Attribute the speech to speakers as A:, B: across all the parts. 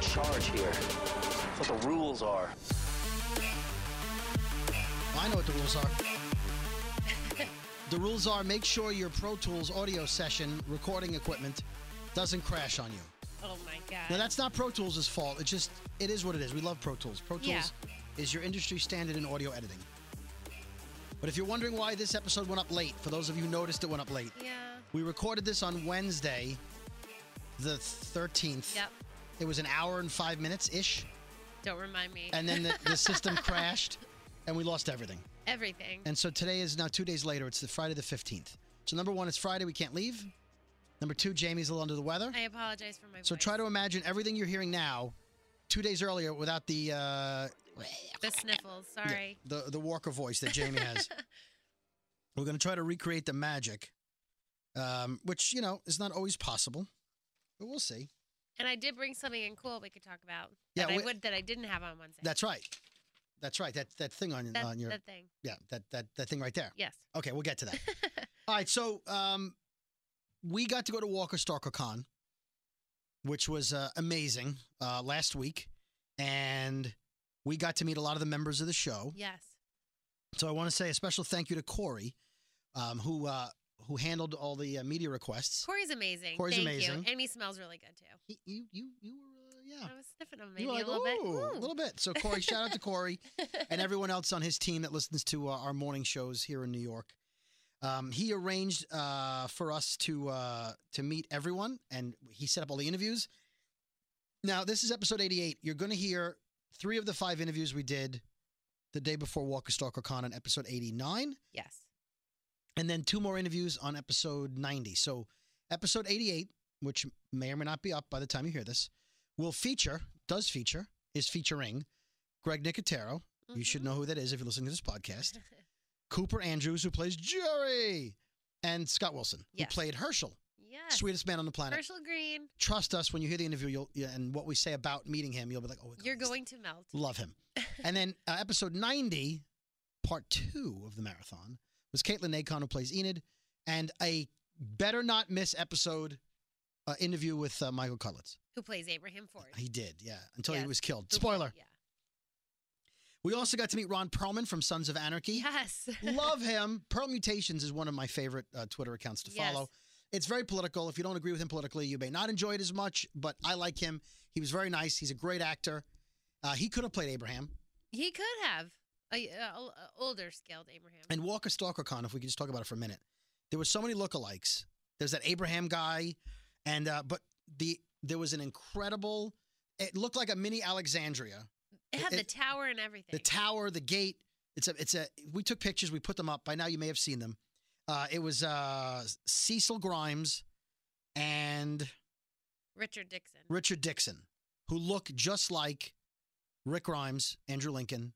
A: charge here. That's what the rules are.
B: I know what the rules are. the rules are make sure your Pro Tools audio session recording equipment doesn't crash on you.
C: Oh my god.
B: Now that's not Pro Tools' fault. It's just it is what it is. We love Pro Tools. Pro Tools
C: Yeah.
B: is your industry standard in audio editing. But if you're wondering why this episode went up late, for those of you who noticed it went up late,
C: yeah.
B: we recorded this on Wednesday, the 13th.
C: Yep.
B: It was an hour and five minutes ish,
C: Don't remind me.
B: and then the, the system crashed, and we lost everything.
C: Everything.
B: And so today is now two days later. It's the Friday the 15th. So number one, it's Friday. We can't leave. Number two, Jamie's a little under the weather.
C: I apologize for my
B: So
C: voice.
B: try to imagine everything you're hearing now, two days earlier, without the uh,
C: the sniffles. Sorry.
B: the the Walker voice that Jamie has. We're going to try to recreate the magic, um, which you know is not always possible, but we'll see.
C: And I did bring something in cool we could talk about.
B: Yeah,
C: That
B: we-
C: I would that I didn't have on Wednesday.
B: That's right. That's right. That that thing on,
C: that,
B: on your
C: that thing.
B: yeah that that that thing right there.
C: Yes.
B: Okay, we'll get to that. All right, so um, we got to go to Walker Stalker Con, which was uh, amazing uh, last week, and we got to meet a lot of the members of the show.
C: Yes.
B: So I want to say a special thank you to Corey, um, who uh, who handled all the uh, media requests.
C: Corey's amazing.
B: Corey's
C: Thank
B: amazing.
C: you. And he smells really good too.
B: He, you you you were uh, yeah.
C: I was sniffing him maybe
B: you were
C: a little bit.
B: "Ooh," a
C: Ooh.
B: little bit. So Corey, shout out to Corey and everyone else on his team that listens to uh, our morning shows here in New York. Um, he arranged uh, for us to uh, to meet everyone, and he set up all the interviews. Now, this is episode 88. You're going to hear three of the five interviews we did the day before Walker Stalker Con on episode 89,
C: yes.
B: and then two more interviews on episode 90. So, episode 88, which may or may not be up by the time you hear this, will feature, does feature, is featuring Greg Nicotero, you should
C: Mhm.
B: know who that is if you're listening to this
C: Mm-hmm.
B: podcast. Cooper Andrews, who plays Jerry, and Scott Wilson,
C: Yes.
B: who played Herschel,
C: Yes.
B: sweetest man on the planet.
C: Herschel Green.
B: Trust us when you hear the interview you'll, yeah, and what we say about meeting him, you'll be like, oh, my God,
C: You're
B: this-
C: going to melt.
B: Love him. and then uh, episode 90, part two of the marathon, was Caitlin Nacon, who plays Enid, and a better not miss episode uh, interview with uh, Michael Cutlitz.
C: Who plays Abraham Ford?
B: He did, yeah, until he
C: Yes.
B: was killed.
C: Who-
B: Spoiler.
C: Yeah.
B: We also got to meet Ron Perlman from Sons of Anarchy.
C: Yes.
B: Love him. Pearl Mutations is one of my favorite uh, Twitter accounts to
C: Yes.
B: follow. It's very political. If you don't agree with him politically, you may not enjoy it as much, but I like him. He was very nice. He's a great actor. Uh, he could have played Abraham.
C: He could have a, a, a older scaled Abraham.
B: And Walker Stalker Con, if we could just talk about it for a minute, there were so many lookalikes. There's that Abraham guy, and uh, but the there was an incredible. It looked like a mini Alexandria.
C: it had the
B: it-
C: tower and everything.
B: the tower, the gate. It's a, it's a. We took pictures. We put them up. By now, you may have seen them. Uh, it was uh, Cecil Grimes and
C: Richard Dixon.
B: Richard Dixon, who look just like Rick Grimes, Andrew Lincoln,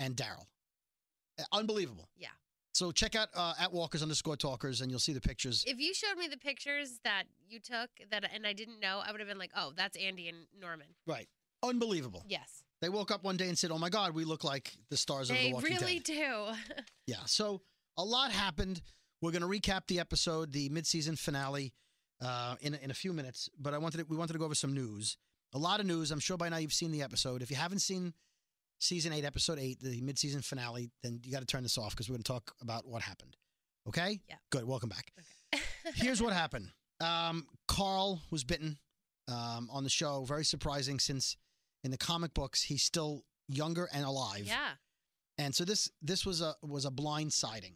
B: and Daryl. Uh, Unbelievable.
C: Yeah.
B: So check out uh, at Walkers underscore Talkers, and you'll see the pictures.
C: if you showed me the pictures that you took that and I didn't know, I would have been like, "Oh, that's Andy and Norman."
B: right. Unbelievable.
C: Yes,
B: They woke up one day and said, "Oh my God, we look like the stars of
C: they
B: The Walking Dead."
C: really do.
B: Yeah. So a lot happened. We're going to recap the episode, the midseason finale, uh, in in a few minutes. But I wanted to, we wanted to go over some news. A lot of news. I'm sure by now you've seen the episode. If you haven't seen season eight, episode eight, the midseason finale, then you got to turn this off because we're going to talk about what happened. Okay.
C: Yeah.
B: Good. Welcome back. Here's what happened. Um, Carl was bitten um, on the show. Very surprising, since in the comic books he's still younger and alive.
C: yeah,
B: And so this this was a was a blind sighting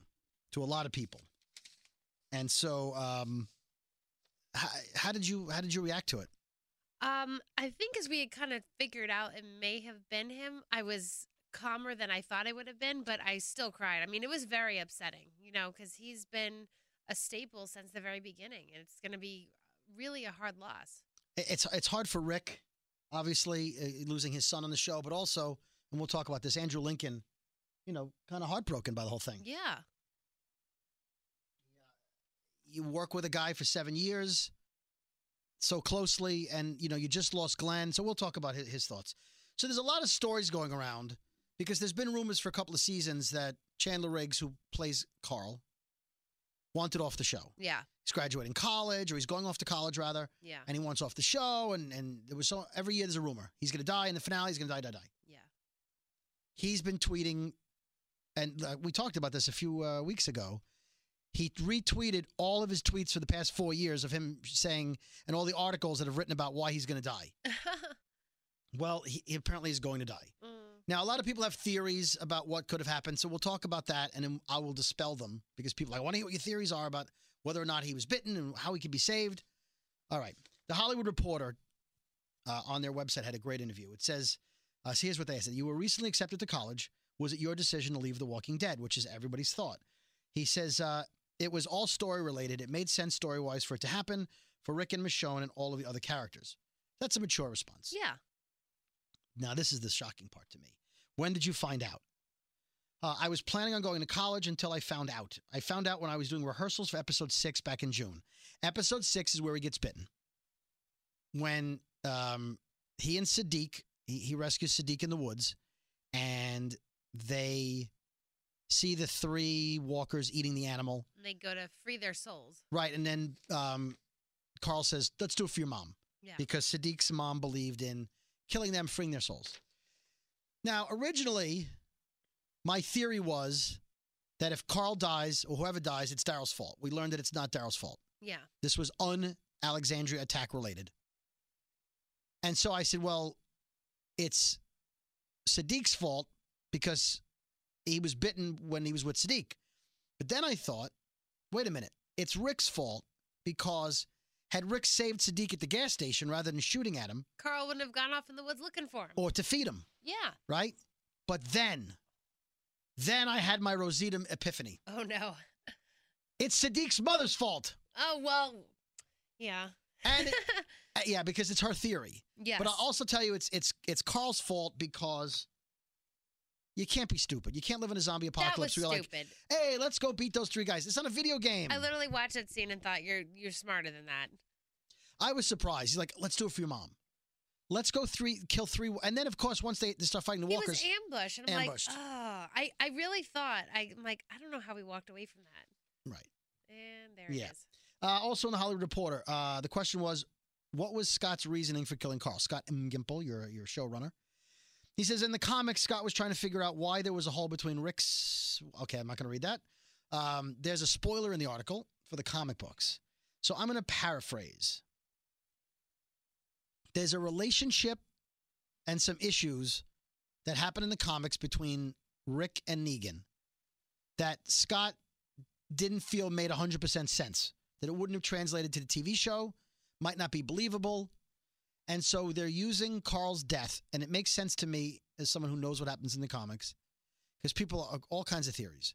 B: to a lot of people. And so um how, how did you how did you react to it?
C: um, I think as we had kind of figured out, it may have been him. I was calmer than I thought I would have been, but I still cried. I mean, it was very upsetting, you know, because he's been a staple since the very beginning, and it's going to be really a hard loss.
B: I- It's it's hard for Rick obviously uh, losing his son on the show, but also and we'll talk about this Andrew Lincoln, you know, kind of heartbroken by the whole thing.
C: Yeah,
B: You work with a guy for 7 years so closely and you know, you just lost Glenn, so we'll talk about his, his thoughts. So there's a lot of stories going around because there's been rumors for a couple of seasons that Chandler Riggs, who plays Carl, wanted off the show.
C: Yeah.
B: He's graduating college, or he's going off to college rather,
C: Yeah.
B: and he wants off the show. And and there was so every year there's a rumor he's going to die in the finale. He's going to die, die, die.
C: Yeah.
B: He's been tweeting, and uh, we talked about this a few uh, weeks ago. He retweeted all of his tweets for the past four years of him saying, and all the articles that have written about why he's going to die. Well, he, he apparently is going to die.
C: Mm,
B: Now, a lot of people have theories about what could have happened, so we'll talk about that, and then I will dispel them because people I want to hear what your theories are about whether or not he was bitten and how he could be saved. All right, the Hollywood Reporter uh, on their website had a great interview. It says, uh, so "Here's what they said: You were recently accepted to college. Was it your decision to leave The Walking Dead, which is everybody's thought?" He says, uh, "It was all story related. It made sense story wise for it to happen for Rick and Michonne and all of the other characters." That's a mature response.
C: yeah.
B: Now, this is the shocking part to me. When did you find out? Uh, I was planning on going to college until I found out. I found out when I was doing rehearsals for episode six back in June. Episode six is where he gets bitten. When um, he and Sadiq, he, he rescues Sadiq in the woods, and they see the three walkers eating the animal.
C: And they go to free their souls.
B: Right. And then um, Carl says, let's do it for your mom.
C: Yeah.
B: Because Sadiq's mom believed in killing them, freeing their souls. Now, originally, my theory was that if Carl dies or whoever dies, it's Daryl's fault. We learned that it's not Daryl's fault.
C: Yeah.
B: This was un Alexandria attack related. And so I said, well, it's Sadiq's fault because he was bitten when he was with Sadiq. But then I thought, wait a minute, it's Rick's fault because had Rick saved Sadiq at the gas station rather than shooting at him
C: Carl wouldn't have gone off in the woods looking for him.
B: or to feed him,
C: Yeah.
B: right? But then, then I had my Rosita epiphany.
C: Oh no.
B: It's Sadiq's mother's fault.
C: Oh well. Yeah.
B: And it- uh, yeah, because it's her theory.
C: Yes.
B: But I'll also tell you it's it's it's Carl's fault because you can't be stupid. You can't live in a zombie
C: that was
B: apocalypse where you're
C: stupid.
B: like, hmm. hey, let's go beat those three guys. It's not a video game.
C: I literally watched that scene and thought you're you're smarter than that.
B: I was surprised. He's like, let's do it for your mom. Let's go three kill three and then of course once they, they start fighting the
C: He
B: walkers,
C: was ambushed, and I'm
B: Ambushed.
C: like, oh, I, I really thought I, am like, I don't know how we walked away from that.
B: right.
C: And there
B: Yeah.
C: it is.
B: Uh, also in the Hollywood Reporter, uh, the question was, what was Scott's reasoning for killing Carl? Scott M. Gimple, your your showrunner. He says in the comics, Scott was trying to figure out why there was a hole between Rick's. Okay, I'm not going to read that. Um, there's a spoiler in the article for the comic books, so I'm going to paraphrase. There's a relationship and some issues that happen in the comics between Rick and Negan that Scott didn't feel made 100% sense, that it wouldn't have translated to the TV show, might not be believable. And so they're using Carl's death. And it makes sense to me as someone who knows what happens in the comics because people are all kinds of theories.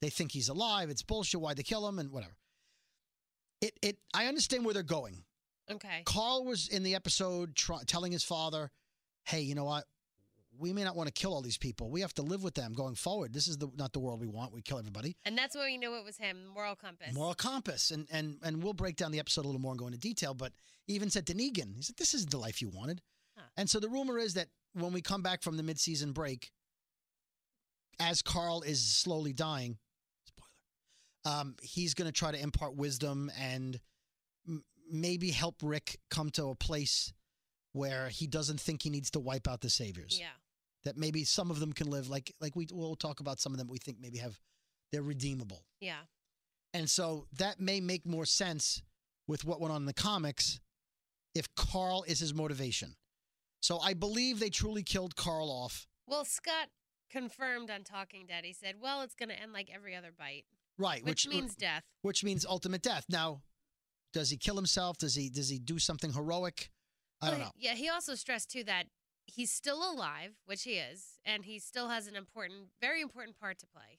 B: They think he's alive, it's bullshit, why'd they kill him, and whatever. It, it, I understand where they're going.
C: Okay.
B: Carl was in the episode try, telling his father, "Hey, you know what? We may not want to kill all these people. We have to live with them going forward. This is the, not the world we want. We kill everybody."
C: And that's when we knew it was him, moral compass.
B: Moral compass, and and and we'll break down the episode a little more and go into detail. But he even said to Negan, he said, "This is the life you wanted."
C: Huh.
B: And so the rumor is that when we come back from the midseason break, as Carl is slowly dying, spoiler, um, he's going to try to impart wisdom and m- maybe help Rick come to a place where he doesn't think he needs to wipe out the saviors
C: Yeah.
B: that maybe some of them can live like like we will talk about some of them we think maybe have they're redeemable
C: Yeah.
B: and so that may make more sense with what went on in the comics if carl is his motivation so i believe they truly killed carl off
C: Well, Scott confirmed on Talking Dead. He said, well, it's going to end like every other bite,
B: right
C: which,
B: which,
C: means death.
B: which means ultimate death now does he kill himself does he does he do something heroic i don't
C: But,
B: know
C: Yeah. He also stressed, too, that he's still alive, which he is, and he still has an important, very important part to play.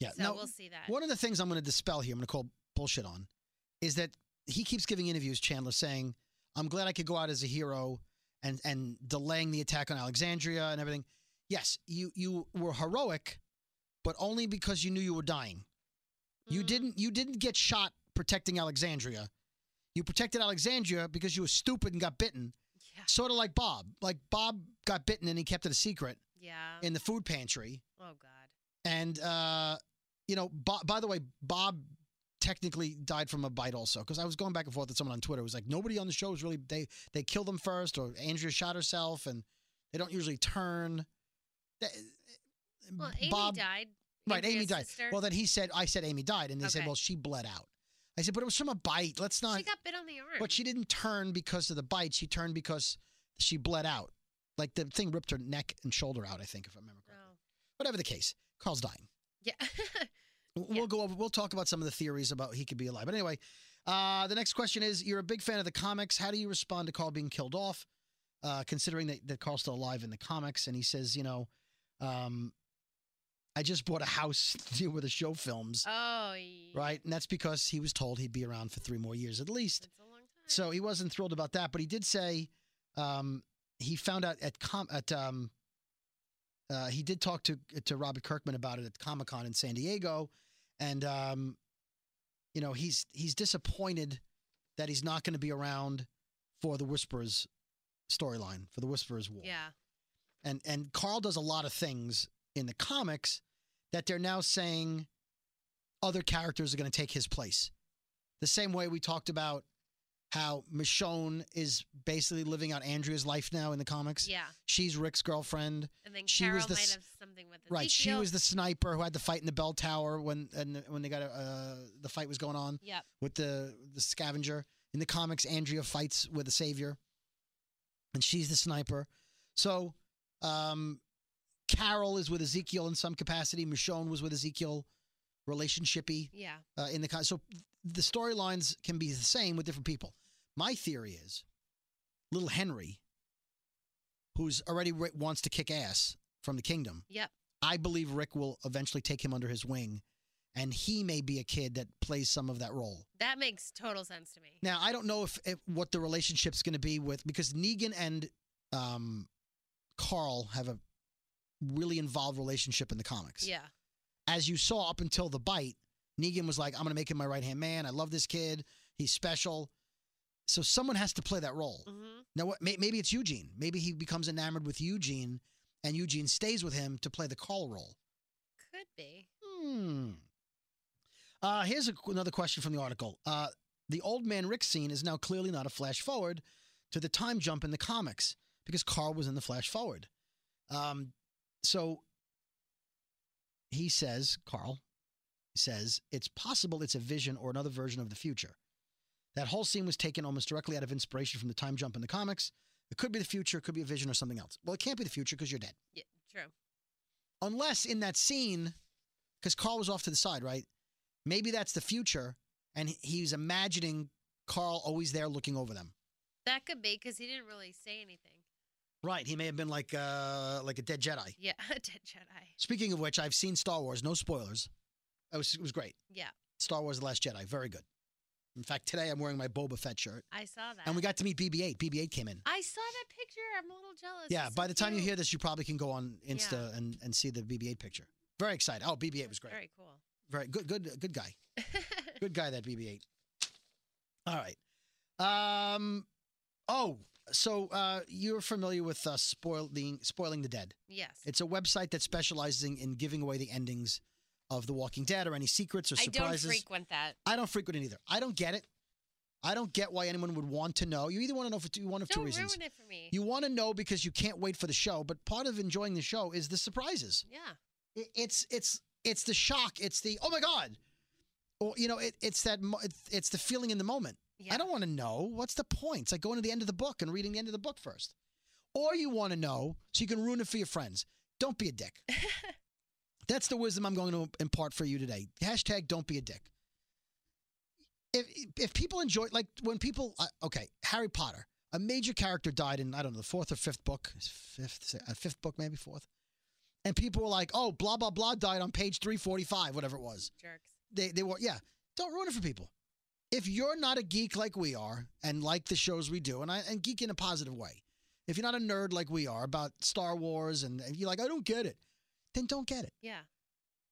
B: yeah
C: so
B: now,
C: we'll see that.
B: One of the things I'm going to dispel here, I'm going to call bullshit on, is that he keeps giving interviews, Chandler, saying, I'm glad I could go out as a hero and, and delaying the attack on Alexandria and everything. Yes, you, you were heroic, but only because you knew you were dying. You
C: Mm,
B: didn't you didn't get shot protecting Alexandria. You protected Alexandria because you were stupid and got bitten.
C: Mm, Yeah.
B: Sort of like Bob. Like Bob got bitten and he kept it a secret
C: Yeah.
B: in the food pantry.
C: oh, God.
B: And uh, you know, Bob, by the way, Bob technically died from a bite also because I was going back and forth with someone on Twitter. It was like nobody on the show is really they they kill them first or Andrea shot herself and they don't usually turn. That-
C: Well, Amy died.
B: Right, Amy
C: Andrea's
B: died.
C: sister.
B: Well, then he said, I said Amy died, and they said,
C: Okay.
B: well, she bled out. I said, but it was from a bite. Let's not.
C: she got bit on the arm.
B: but she didn't turn because of the bite. She turned because she bled out. Like the thing ripped her neck and shoulder out. I think, if I remember correctly.
C: Oh.
B: Whatever the case, Carl's dying.
C: Yeah.
B: W-
C: Yeah.
B: We'll go over. We'll talk about some of the theories about he could be alive. But anyway, uh, the next question is: You're a big fan of the comics. How do you respond to Carl being killed off? Uh, considering that, that Carl's still alive in the comics, and he says, you know, um, I just bought a house near where the show films,
C: oh. ye-
B: right? And that's because he was told he'd be around for three more years at least.
C: That's a long time.
B: So he wasn't thrilled about that, but he did say um, he found out at com- at um, uh, he did talk to to Robert Kirkman about it at Comic Con in San Diego, and um, you know he's he's disappointed that he's not going to be around for the Whisperers storyline for the Whisperers War.
C: Yeah.
B: And and Carl does a lot of things in the comics that they're now saying other characters are going to take his place. The same way we talked about how Michonne is basically living out Andrea's life now in the comics.
C: Yeah.
B: She's Rick's girlfriend.
C: And then
B: She was
C: Carol
B: the
C: might
B: s-
C: have something with
B: Right. She
C: Ezekiel.
B: was the sniper who had the fight in the bell tower when and when they got a, uh, the fight was going on
C: Yep.
B: with the the scavenger. In the comics, Andrea fights with the savior, and she's the sniper. So, um, Carol is with Ezekiel in some capacity. Michonne was with Ezekiel, relationshipy
C: Yeah.
B: uh, in the con- so the storylines can be the same with different people. My theory is, little Henry, who's already ri wants to kick ass from the kingdom.
C: Yep.
B: I believe Rick will eventually take him under his wing, and he may be a kid that plays some of that role.
C: That makes total sense to me.
B: Now I don't know if, if what the relationship's going to be with because Negan and um, Carl have a really involved relationship in the comics
C: Yeah.
B: as you saw up until the bite, Negan was like, I'm going to make him my right hand man. I love this kid. He's special. So someone has to play that role.
C: hmm
B: Now, what, may, maybe it's Eugene. Maybe he becomes enamored with Eugene and Eugene stays with him to play the call role.
C: Could be.
B: Hmm. Uh, here's a, another question from the article. Uh, the old man Rick scene is now clearly not a flash forward to the time jump in the comics because Carl was in the flash forward. Um, so he says, Carl says, it's possible it's a vision or another version of the future. That whole scene was taken almost directly out of inspiration from the time jump in the comics. It could be the future, it could be a vision or something else. Well, it can't be the future because you're dead
C: Yeah. True.
B: unless in that scene, because Carl was off to the side, right? Maybe that's the future, and he- he's imagining Carl always there looking over them.
C: That could be because he didn't really say anything.
B: Right. He may have been like uh, like a dead Jedi.
C: Yeah. Dead Jedi.
B: Speaking of which, I've seen Star Wars. No spoilers. It was it was great.
C: Yeah.
B: Star Wars: The Last Jedi, very good. In fact, today I'm wearing my Boba Fett shirt,
C: I saw that.
B: and we got to meet BB-8. BB-8 came in.
C: I saw that picture. I'm a little jealous.
B: Yeah.
C: He's so
B: By the time you
C: cute.
B: hear this, you probably can go on Insta
C: Yeah.
B: and, and see the BB-8 picture. Very excited. Oh, BB-8 was
C: That's
B: great.
C: Very cool.
B: Very good. Good. Good guy. Good guy, that BB-8. All right. Um. Oh, so uh, you're familiar with uh, spoiling spoiling the dead?
C: yes.
B: It's a website that specializes in- in giving away the endings of The Walking Dead or any secrets or
C: I don't
B: surprises.
C: frequent that.
B: I don't frequent it either. I don't get it. I don't get why anyone would want to know. You either want to know for two, one of two
C: Don't
B: reasons.
C: ruin it for me.
B: You want to know because you can't wait for the show, but part of enjoying the show is the surprises
C: yeah.
B: it- it's it's it's the shock it's the oh my god or you know it, it's that mo- it's, it's the feeling in the moment
C: Yeah.
B: i don't want to know what's the point it's like going to the end of the book and reading the end of the book first or you want to know so you can ruin it for your friends don't be a dick that's the wisdom i'm going to impart for you today hashtag don't be a dick if if people enjoy like when people uh, okay harry potter a major character died in i don't know the fourth or fifth book fifth uh, fifth book maybe fourth and people were like, "Oh, blah blah blah died on page 345, whatever it was."
C: Jerks.
B: They they were yeah. Don't ruin it for people. If you're not a geek like we are and like the shows we do, and I and geek in a positive way, if you're not a nerd like we are about Star Wars and and you're like, "I don't get it," then don't get it.
C: Yeah.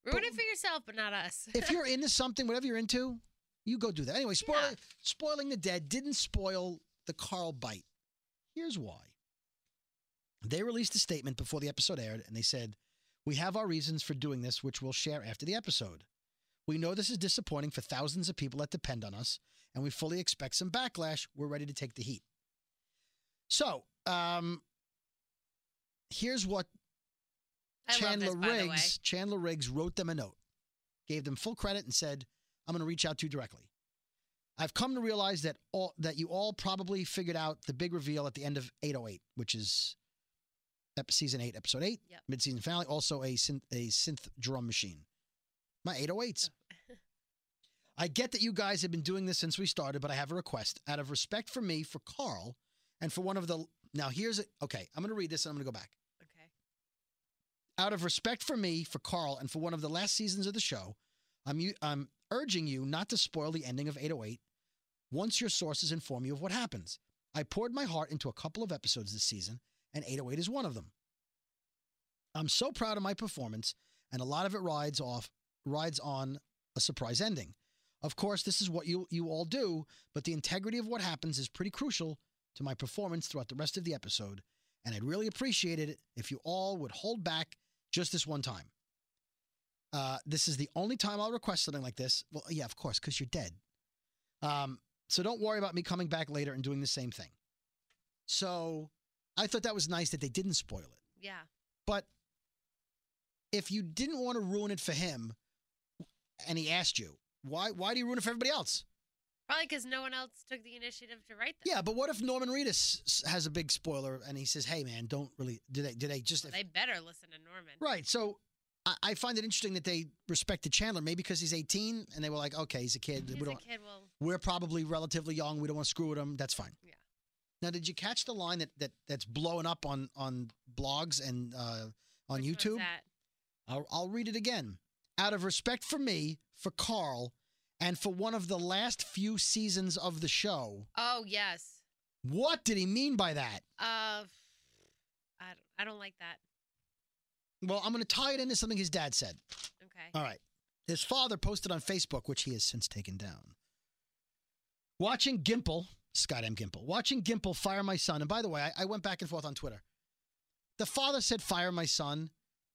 C: Ruin
B: But-
C: it for yourself, but not us.
B: If you're into something, whatever you're into, you go do that. Anyway, spoil,
C: Yeah.
B: spoiling the dead didn't spoil the Carl bite. Here's why. They released a statement before the episode aired, and they said, "We have our reasons for doing this, which we'll share after the episode. We know this is disappointing for thousands of people that depend on us, and we fully expect some backlash. We're ready to take the heat. So, um, here's what
C: I
B: Chandler
C: love this, by the way.
B: Riggs Chandler Riggs wrote them a note, gave them full credit, and said, "I'm going to reach out to you directly." I've come to realize that all that you all probably figured out the big reveal at the end of 808, which is ep- season eight, episode eight,
C: Yep.
B: mid-season finale. Also a synth, a synth drum machine. My 808s.
C: Oh.
B: I get that you guys have been doing this since we started, but I have a request. Out of respect for me, for Carl, and for one of the now here's a, okay. I'm going to read this and I'm going to go back
C: Okay.
B: out of respect for me, for Carl, and for one of the last seasons of the show, I'm, u- I'm urging you not to spoil the ending of 808 once your sources inform you of what happens. I poured my heart into a couple of episodes this season, and 808 is one of them. I'm so proud of my performance, and a lot of it rides off rides on a surprise ending. Of course, this is what you you all do, but the integrity of what happens is pretty crucial to my performance throughout the rest of the episode, and I'd really appreciate it if you all would hold back just this one time. Uh, this is the only time I'll request something like this. Well, yeah, of course, because you're dead. Um, so don't worry about me coming back later and doing the same thing. So I thought that was nice that they didn't spoil it.
C: Yeah.
B: But if you didn't want to ruin it for him, and he asked you, why why do you ruin it for everybody else?
C: Probably because no one else took the initiative to write them.
B: Yeah, but what if Norman Reedus s- has a big spoiler and he says, "Hey, man, don't really do they do they just
C: Well, they better listen to Norman.
B: Right. So I, I find it interesting that they respected Chandler, maybe because he's 18 and they were like, okay, he's a kid.
C: He's
B: we
C: a
B: don't,
C: kid. Well,
B: We're probably relatively young. We don't want to screw with him. That's fine.
C: Yeah.
B: Now, did you catch the line that, that that's blowing up on on blogs and uh, on
C: which one's
B: YouTube?
C: that?
B: I'll, I'll read it again. Out of respect for me, for Carl, and for one of the last few seasons of the show,
C: Oh yes.
B: what did he mean by that?
C: Uh, I don't, I don't like that.
B: Well, I'm going to tie it into something his dad said.
C: Okay.
B: All right. His father posted on Facebook, which he has since taken down. Watching Gimple, Scott M. Gimple, watching Gimple fire my son. And by the way, I, I went back and forth on Twitter. The father said fire my son,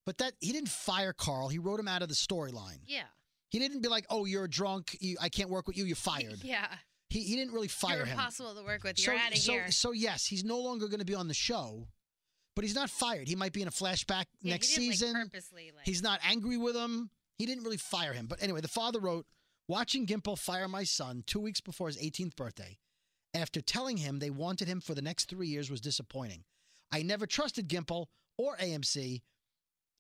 B: but that he didn't fire Carl. He wrote him out of the storyline.
C: yeah.
B: He didn't be like, "Oh, you're drunk. You, I can't work with you. You're fired."
C: Yeah.
B: He, he didn't really fire
C: You're
B: him.
C: impossible to work with. You're out of
B: so,
C: here.
B: so yes, he's no longer going to be on the show, but he's not fired. He might be in a flashback
C: Yeah,
B: next
C: he didn't,
B: season.
C: Like, purposely, like,
B: He's not angry with him. He didn't really fire him. But anyway, the father wrote, Watching Gimple fire my son two weeks before his 18th birthday after telling him they wanted him for the next three years was disappointing. I never trusted Gimple or AMC,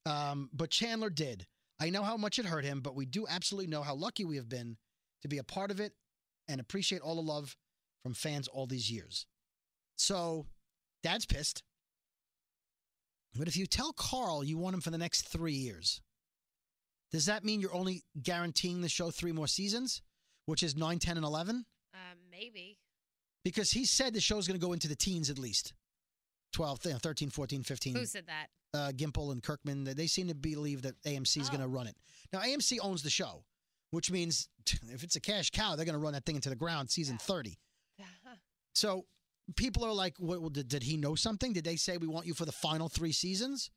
B: um, but Chandler did. I know how much it hurt him, but we do absolutely know how lucky we have been to be a part of it and appreciate all the love from fans all these years. So, dad's pissed. But if you tell Carl you want him for the next three years, does that mean you're only guaranteeing the show three more seasons, which is 9, 10, and 11?
C: um, maybe.
B: Because he said the show's going to go into the teens at least 12, you know, 13, 14, 15.
C: Who said that?
B: Uh, Gimple and Kirkman, they- they seem to believe that AMC's going to
C: Oh.
B: run it. Now, AMC owns the show, which means if it's a cash cow, they're going to run that thing into the ground season
C: Yeah.
B: 30. So people are like, what, well, did, did he know something? Did they say we want you for the final three seasons?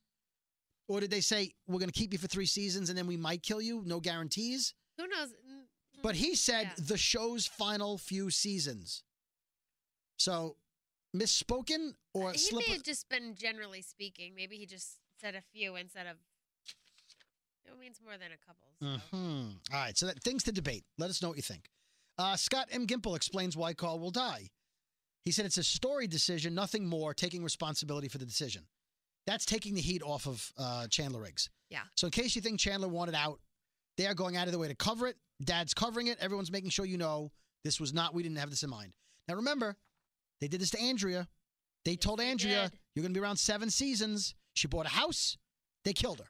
B: Or did they say we're going to keep you for three seasons and then we might kill you? No guarantees.
C: Who knows? Mm, mm,
B: But he said
C: yeah.
B: the show's final few seasons. So misspoken or
C: he
B: slip.
C: may have just been generally speaking. Maybe he just said a few instead of. It means more than a couple. So.
B: Mhm. All right. So that things to debate. Let us know what you think. Uh, Scott M. Gimple explains why Carl will die. He said it's a story decision, nothing more, taking responsibility for the decision. That's taking the heat off of uh, Chandler Riggs.
C: Yeah.
B: So in case you think Chandler wanted out, they are going out of their way to cover it. Dad's covering it. Everyone's making sure you know this was not, we didn't have this in mind. Now remember, they did this to Andrea. They
C: Yes,
B: told
C: they
B: Andrea,
C: did.
B: you're going to be around seven seasons. She bought a house. They killed her.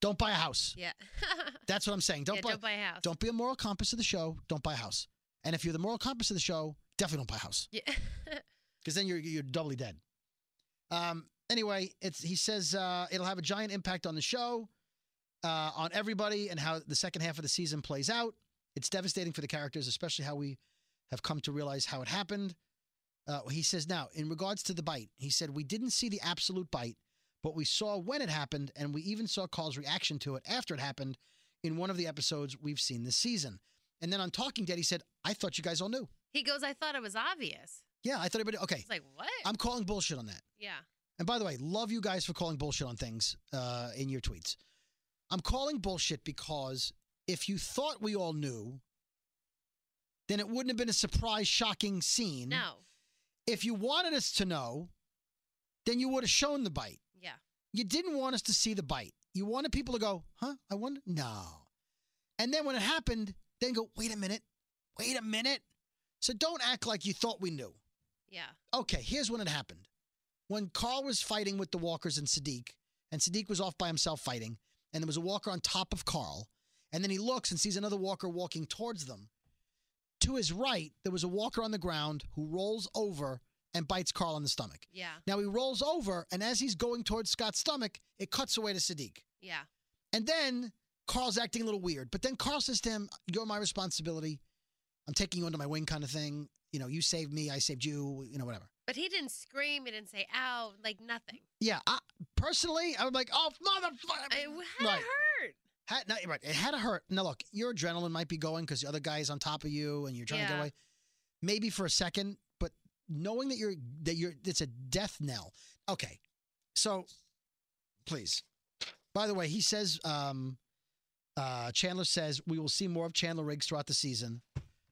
B: Don't buy a house.
C: Yeah.
B: That's what I'm saying. Don't
C: yeah,
B: buy.
C: don't buy a house.
B: Don't be a moral compass of the show. Don't buy a house. And if you're the moral compass of the show, definitely don't buy a house
C: Yeah.
B: because then you're you're doubly dead. Um. Anyway, it's he says uh, it'll have a giant impact on the show, uh, on everybody, and how the second half of the season plays out. It's devastating for the characters, especially how we have come to realize how it happened. Uh, he says now, in regards to the bite, he said we didn't see the absolute bite, but we saw when it happened, and we even saw Carl's reaction to it after it happened. in one of the episodes we've seen this season. And then on Talking Dead, he said, I thought you guys all knew.
C: He goes, I thought it was obvious.
B: Yeah, I thought everybody, okay,
C: It's like, what?
B: I'm Mm-hmm. calling bullshit on that.
C: yeah.
B: And by the way, love you guys for calling bullshit on things uh, in your tweets. I'm calling bullshit because if you thought we all knew, then it wouldn't have been a surprise, shocking scene.
C: No.
B: If you wanted us to know, then you would have shown the bite.
C: Yeah.
B: You didn't want us to see the bite. You wanted people to go, huh? I wonder. No. And then when it happened, then go, wait a minute. Wait a minute. So don't act like you thought we knew
C: Yeah.
B: okay, here's when it happened. When Carl was fighting with the walkers and Sadiq, and Sadiq was off by himself fighting, and there was a walker on top of Carl, and then he looks and sees another walker walking towards them. To his right, there was a walker on the ground who rolls over and bites Carl on the stomach.
C: Yeah.
B: Now he rolls over, and as he's going towards Scott's stomach, it cuts away to Sadiq.
C: Yeah.
B: And then Carl's acting a little weird. But then Carl says to him, You're my responsibility. I'm taking you under my wing, kind of thing. You know, you saved me, I saved you, you know, whatever.
C: But he didn't scream. He didn't say "ow," like nothing.
B: Yeah, I, personally, I'm like, oh motherfucker!
C: It had
B: Right.
C: hurt.
B: Had, no, right, it had to hurt. Now look, your adrenaline might be going because the other guy is on top of you and you're trying to get
C: Yeah.
B: away, maybe for a second. But knowing that you're that you're, it's a death knell. Okay, so please. By the way, he says, um, uh, Chandler says we will see more of Chandler Riggs throughout the season.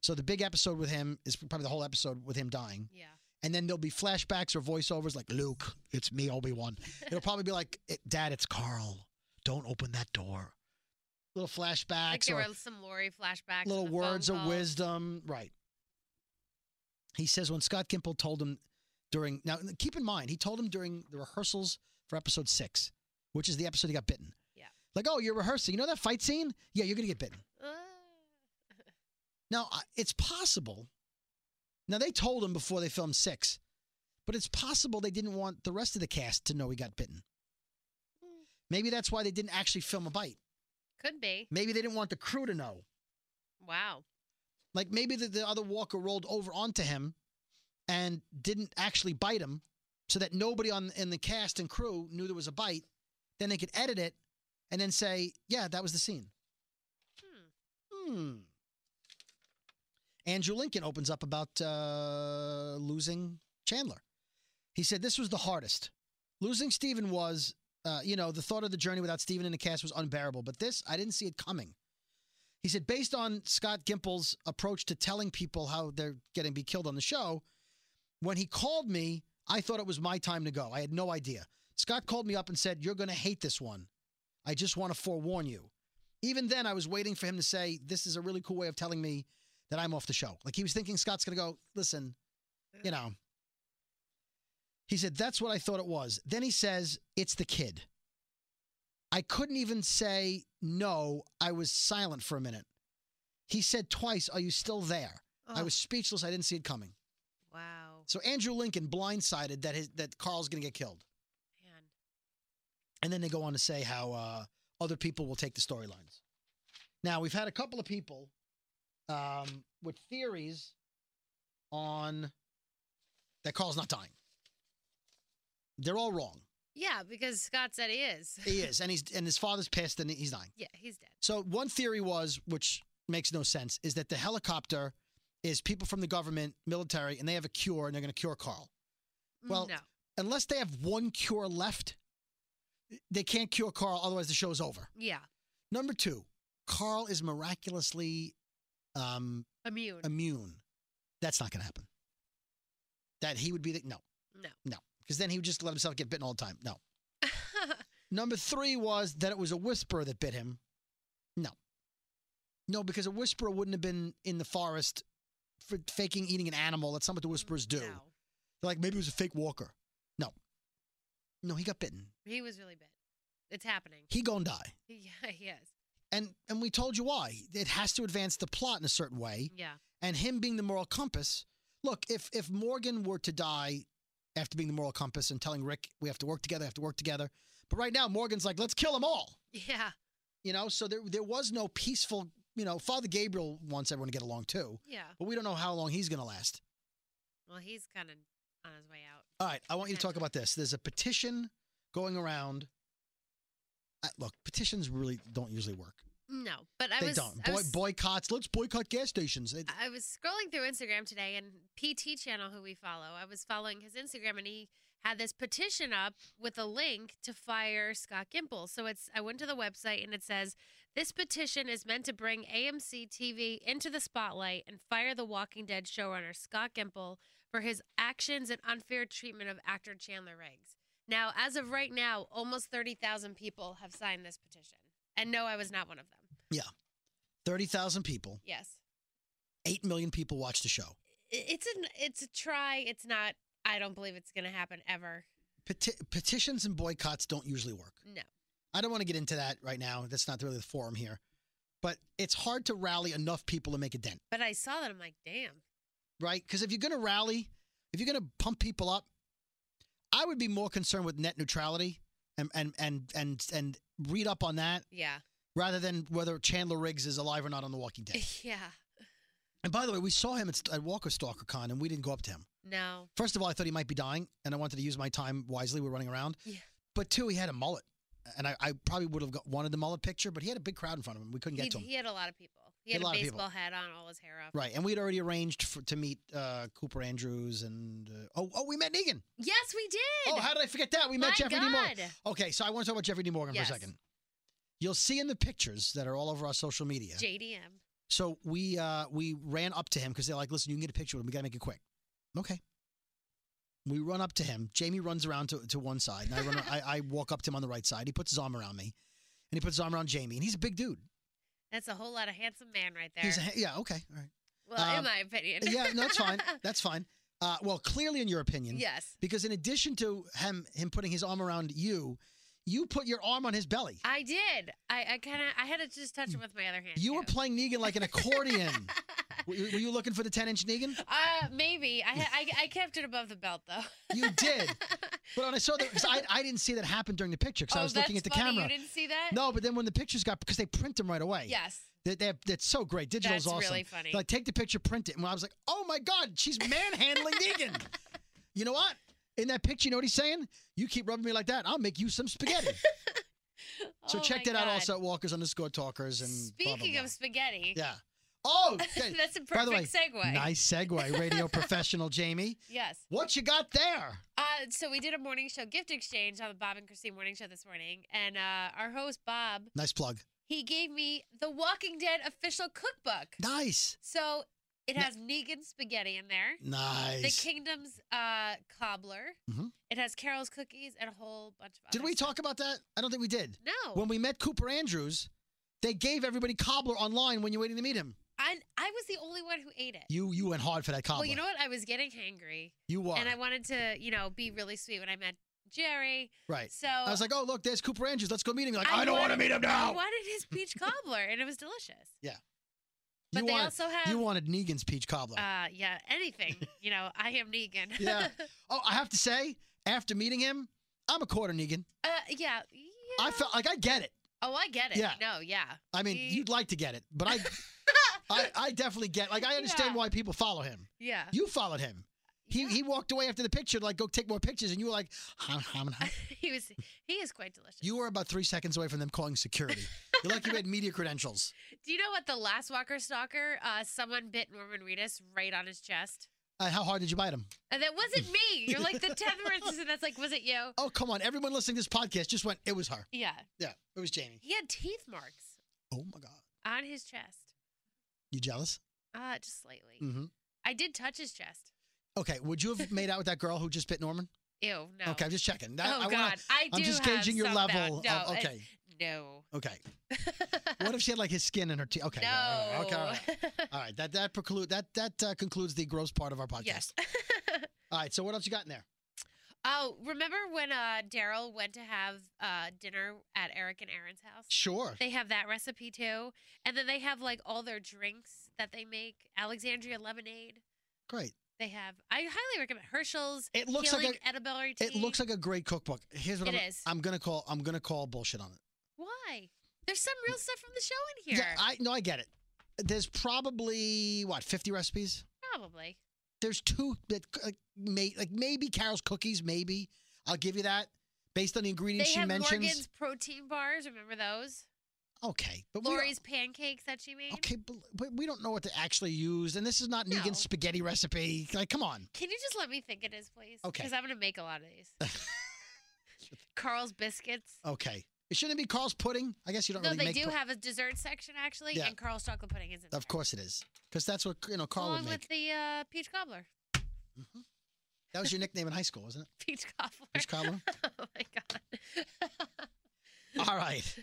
B: So the big episode with him is probably the whole episode with him dying
C: Yeah.
B: and then there'll be flashbacks or voiceovers like Luke, it's me, Obi Wan. It'll probably be like, "Eh, Dad, it's Carl. Don't open that door. Little
C: Like
B: flashbacks
C: there
B: or
C: were some Lori flashbacks.
B: little
C: and the phone
B: words of
C: calls.
B: wisdom, right? He says when Scott Gimple told him during now keep in mind he told him during the rehearsals for episode six, which is the episode he got bitten.
C: Yeah.
B: Like, oh, you're rehearsing. You know that fight scene? Yeah, you're gonna get bitten.
C: Uh,
B: Now, I- it's possible. Now, they told him before they filmed six, but it's possible they didn't want the rest of the cast to know he got bitten.
C: Mm.
B: Maybe that's why they didn't actually film a bite.
C: could be.
B: Maybe they didn't want the crew to know.
C: Wow.
B: Like maybe the, the other walker rolled over onto him and didn't actually bite him so that nobody on in the cast and crew knew there was a bite. Then they could edit it and then say, yeah, that was the scene.
C: Hmm.
B: Hmm. Andrew Lincoln opens up about uh, losing Chandler. He said this was the hardest. Losing Steven was, uh, you know, the thought of the journey without Steven in the cast was unbearable, but this, I didn't see it coming. He said, based on Scott Gimple's approach to telling people how they're getting be killed on the show, when he called me, I thought it was my time to go. I had no idea. Scott called me up and said, You're going to hate this one. I just want to forewarn you even then, I was waiting for him to say, "This is a really cool way of telling me that I'm off the show." Like he was thinking Scott's going to go, "Listen, you know." He said, "That's what I thought it was." Then he says, "It's the kid." I couldn't even say no. I was silent for a minute. He said twice, "Are you still there?" I
C: Oh,
B: was speechless. I didn't see it coming.
C: Wow.
B: So Andrew Lincoln blindsided that his, that Carl's going to get killed,
C: Man.
B: and then they go on to say how uh, other people will take the storylines. Now we've had a couple of people um, with theories on that Carl's not dying. They're all wrong.
C: Yeah, because Scott said he is.
B: He is, and he's and his father's pissed, and he's dying.
C: yeah, he's dead.
B: So one theory was, which makes no sense, is that the helicopter is people from the government, military, and they have a cure, and they're going to cure Carl. Well,
C: Mm, no.
B: Unless they have one cure left, they can't cure Carl. Otherwise, the show's over.
C: Yeah.
B: Number two, Carl is miraculously um,
C: Immune.
B: immune. That's not going to happen. That he would be the no,
C: no.
B: because then he would just let himself get bitten all the time. No. Number three was that it was a whisperer that bit him. No. No, because a whisperer wouldn't have been in the forest for faking eating an animal. That's not what the whisperers do. They're
C: No.
B: like maybe it was a fake walker. No. No, he got bitten.
C: He was really bit. It's happening.
B: He gonna die.
C: Yeah, he is.
B: And and we told you why. It has to advance the plot in a certain way.
C: Yeah.
B: and him being the moral compass. Look, if if Morgan were to die after being the moral compass and telling Rick we have to work together, have to work together, but right now Morgan's like, let's kill them all.
C: Yeah.
B: You know, so there there was no peaceful. You know, Father Gabriel wants everyone to get along too,
C: Yeah.
B: but we don't know how long he's going to last.
C: Well, he's kind of on his way out.
B: All right, I want you to talk about this. There's a petition going around. I, look, petitions really don't usually work,
C: No, but I
B: they
C: was,
B: don't.
C: I
B: Boy,
C: was
B: boycotts. Let's boycott gas stations. It-
C: I was scrolling through Instagram today and PT Channel, who we follow, I was following his Instagram and he had this petition up with a link to fire Scott Gimple. So it's I went to the website and it says this petition is meant to bring AMC TV into the spotlight and fire the Walking Dead showrunner Scott Gimple for his actions and unfair treatment of actor Chandler Riggs. Now, as of right now, almost 30,000 people have signed this petition. And no, I was not one of them.
B: Thirty thousand people.
C: Yes.
B: Eight million people watch the show.
C: I- it's an it's a try. It's not. I don't believe it's gonna happen ever.
B: Peti- petitions and boycotts don't usually work.
C: No.
B: I don't want to get into that right now. That's not really the forum here. But it's hard to rally enough people to make a dent,
C: But I saw that. I'm like, damn.
B: right? Because if you're going to rally, if you're going to pump people up, I would be more concerned with net neutrality and and and and and read up on that
C: Yeah.
B: rather than whether Chandler Riggs is alive or not on The Walking Dead.
C: yeah.
B: and by the way, we saw him at, at Walker Stalker Con, and we didn't go up to him.
C: No.
B: First of all, I thought he might be dying, and I wanted to use my time wisely. We're running around.
C: Yeah.
B: But two, he had a mullet, and I, I probably would have got, wanted the mullet picture, but he had a big crowd in front of him. We couldn't
C: He,
B: get to him.
C: he had a lot of people. He
B: He had a
C: had a
B: lot of people.
C: baseball hat on, all his hair off.
B: Right, and we'd already arranged for, to meet uh, Cooper Andrews and uh, oh oh we met Negan.
C: Yes, we did.
B: Oh, how did I forget that? We met
C: My
B: Jeffrey D. Morgan.
C: God.
B: Okay, so I want to talk about Jeffrey D. Morgan
C: Yes.
B: for a second. You'll see in the pictures that are all over our social media.
C: JDM.
B: so we uh, we ran up to him because they're like, listen, you can get a picture with him. We got to make it quick. Okay. We run up to him. Jamie runs around to, to one side, and I, run, I I walk up to him on the right side. He puts his arm around me, and he puts his arm around Jamie, and he's a big dude.
C: That's a whole lot of handsome man right there.
B: He's a, yeah okay all right
C: well,
B: um,
C: in my opinion.
B: yeah no that's fine that's fine. Uh, well, clearly in your opinion,
C: yes.
B: Because in addition to him him putting his arm around you, you put your arm on his belly.
C: I did. I, I kind of I had to just touch him with my other hand.
B: Mm. You were
C: too.
B: playing Negan like an accordion. were, you, were you looking for the ten inch Negan?
C: uh, maybe I, ha- I I kept it above the belt though.
B: You did. But when I saw that, because I, I didn't see that happen during the picture because
C: oh,
B: I was looking at
C: that's
B: the
C: funny.
B: camera.
C: You didn't see that?
B: No, but then when the pictures got because they print them right away.
C: Yes.
B: they, they have, that's so great. Digital's
C: That's
B: awesome.
C: really funny.
B: They're Like take the picture, print it, and I was like, oh my god, she's manhandling Negan. You know what? In that picture, you know what he's saying? You keep rubbing me like that, I'll make you some spaghetti. So
C: Oh
B: check
C: my
B: that out
C: God.
B: also at Walkers underscore Talkers and blah, blah,
C: Speaking
B: blah.
C: of spaghetti,
B: yeah. Oh, okay.
C: that's a perfect
B: By the
C: segue.
B: nice segue, radio professional Jamie.
C: Yes.
B: What you got there?
C: Uh, so we did a morning show gift exchange on the Bob and Christine morning show this morning, and uh, our host Bob
B: Nice plug.
C: he gave me the Walking Dead official cookbook.
B: Nice,
C: So it
B: Na-
C: has Negan spaghetti in there,
B: nice.
C: the Kingdom's uh, cobbler.
B: Mhm.
C: It has Carol's cookies and a whole bunch of.
B: did
C: other
B: we
C: stuff.
B: talk about that? I don't think we did.
C: No,
B: When we met Cooper Andrews, they gave everybody cobbler online when you're waiting to meet him.
C: I I was the only one who ate it.
B: You you went hard for that cobbler.
C: Well, you know what? I was getting hangry,
B: You were
C: and I wanted to, you know, be really sweet when I met Jerry.
B: right.
C: So
B: I was like, oh look, there's Cooper Andrews. Let's go meet him. You're Like I,
C: I
B: don't want to
C: wanted-
B: meet him
C: I
B: now.
C: wanted his peach cobbler, and it was delicious. But
B: you
C: they
B: wanted
C: also have
B: you wanted Negan's peach cobbler.
C: Uh, yeah, anything. You know, I am Negan.
B: Yeah. oh, I have to say, after meeting him, I'm a quarter Negan.
C: uh, yeah. Yeah.
B: I felt like I get it.
C: Oh, I get it.
B: Yeah.
C: No, yeah.
B: I mean,
C: He-
B: you'd like to get it, but I, I, I definitely get. Like, I understand
C: Yeah.
B: why people follow him.
C: Yeah.
B: You followed him. He
C: Yeah.
B: he walked away after the picture, to, like go take more pictures, and you were like, hum, hum, hum.
C: he was he is quite delicious.
B: you were about three seconds away from them calling security. You're like you had media credentials.
C: Do you know what the last Walker Stalker? Uh, someone bit Norman Reedus right on his chest.
B: Uh, how hard did you bite him?
C: And that wasn't me. You're like the tenth person that's like, was it you?
B: Oh come on! Everyone listening to this podcast just went. It was her.
C: Yeah.
B: Yeah, it was Jamie.
C: He had teeth marks
B: Oh my God!
C: on his chest.
B: You jealous?
C: Uh, just slightly.
B: Mm-hmm.
C: I did touch his chest.
B: Okay. Would you have made out with that girl who just bit Norman?
C: Ew, no.
B: Okay, I'm just checking. That,
C: Oh
B: I
C: God,
B: wanna-
C: I do.
B: I'm just
C: have
B: gauging your
C: some
B: level.
C: That. No,
B: of,
C: it-
B: okay.
C: no.
B: Okay. What if she had like his skin in her teeth? Okay.
C: no.
B: all right, all right, okay. All right. All right. That that preclude that that uh, concludes the gross part of our podcast.
C: yes.
B: All right. So what else you got in there?
C: oh, remember when uh, Daryl went to have uh, dinner at Eric and Aaron's house?
B: Sure.
C: They have that recipe too, and then they have like all their drinks that they make. Alexandria lemonade.
B: Great.
C: They have. I highly recommend Herschel's.
B: It looks
C: healing
B: like
C: Edinburgh
B: a
C: tea.
B: it looks like a great cookbook. Here's what
C: It
B: I'm,
C: is.
B: I'm gonna call I'm gonna call bullshit on it.
C: Why? There's some real stuff from the show in here.
B: Yeah. I no I get it. There's probably what 50 recipes.
C: Probably.
B: There's two that like, may, like maybe Carol's cookies. Maybe I'll give you that based on the
C: They
B: ingredients she
C: have
B: mentions.
C: Morgan's protein bars. Remember those?
B: Okay, but we-
C: Lori's pancakes that she made.
B: Okay, but, but we don't know what to actually use, and this is not Negan's
C: No.
B: spaghetti recipe. Like, come on.
C: Can you just let me think it is, please?
B: Okay.
C: Because I'm gonna make a lot of these. Carl's biscuits.
B: Okay, it shouldn't be Carl's pudding. I guess you Oh, don't
C: no,
B: really
C: they
B: make.
C: do
B: pu-
C: have a dessert section actually,
B: Yeah.
C: and Carl's chocolate pudding is in
B: of course it is, because that's what you know
C: there.
B: Carl would
C: Along
B: make.
C: with the uh, peach cobbler.
B: That was your nickname in high school, wasn't it?
C: Peach cobbler.
B: Peach cobbler.
C: oh my god.
B: All right.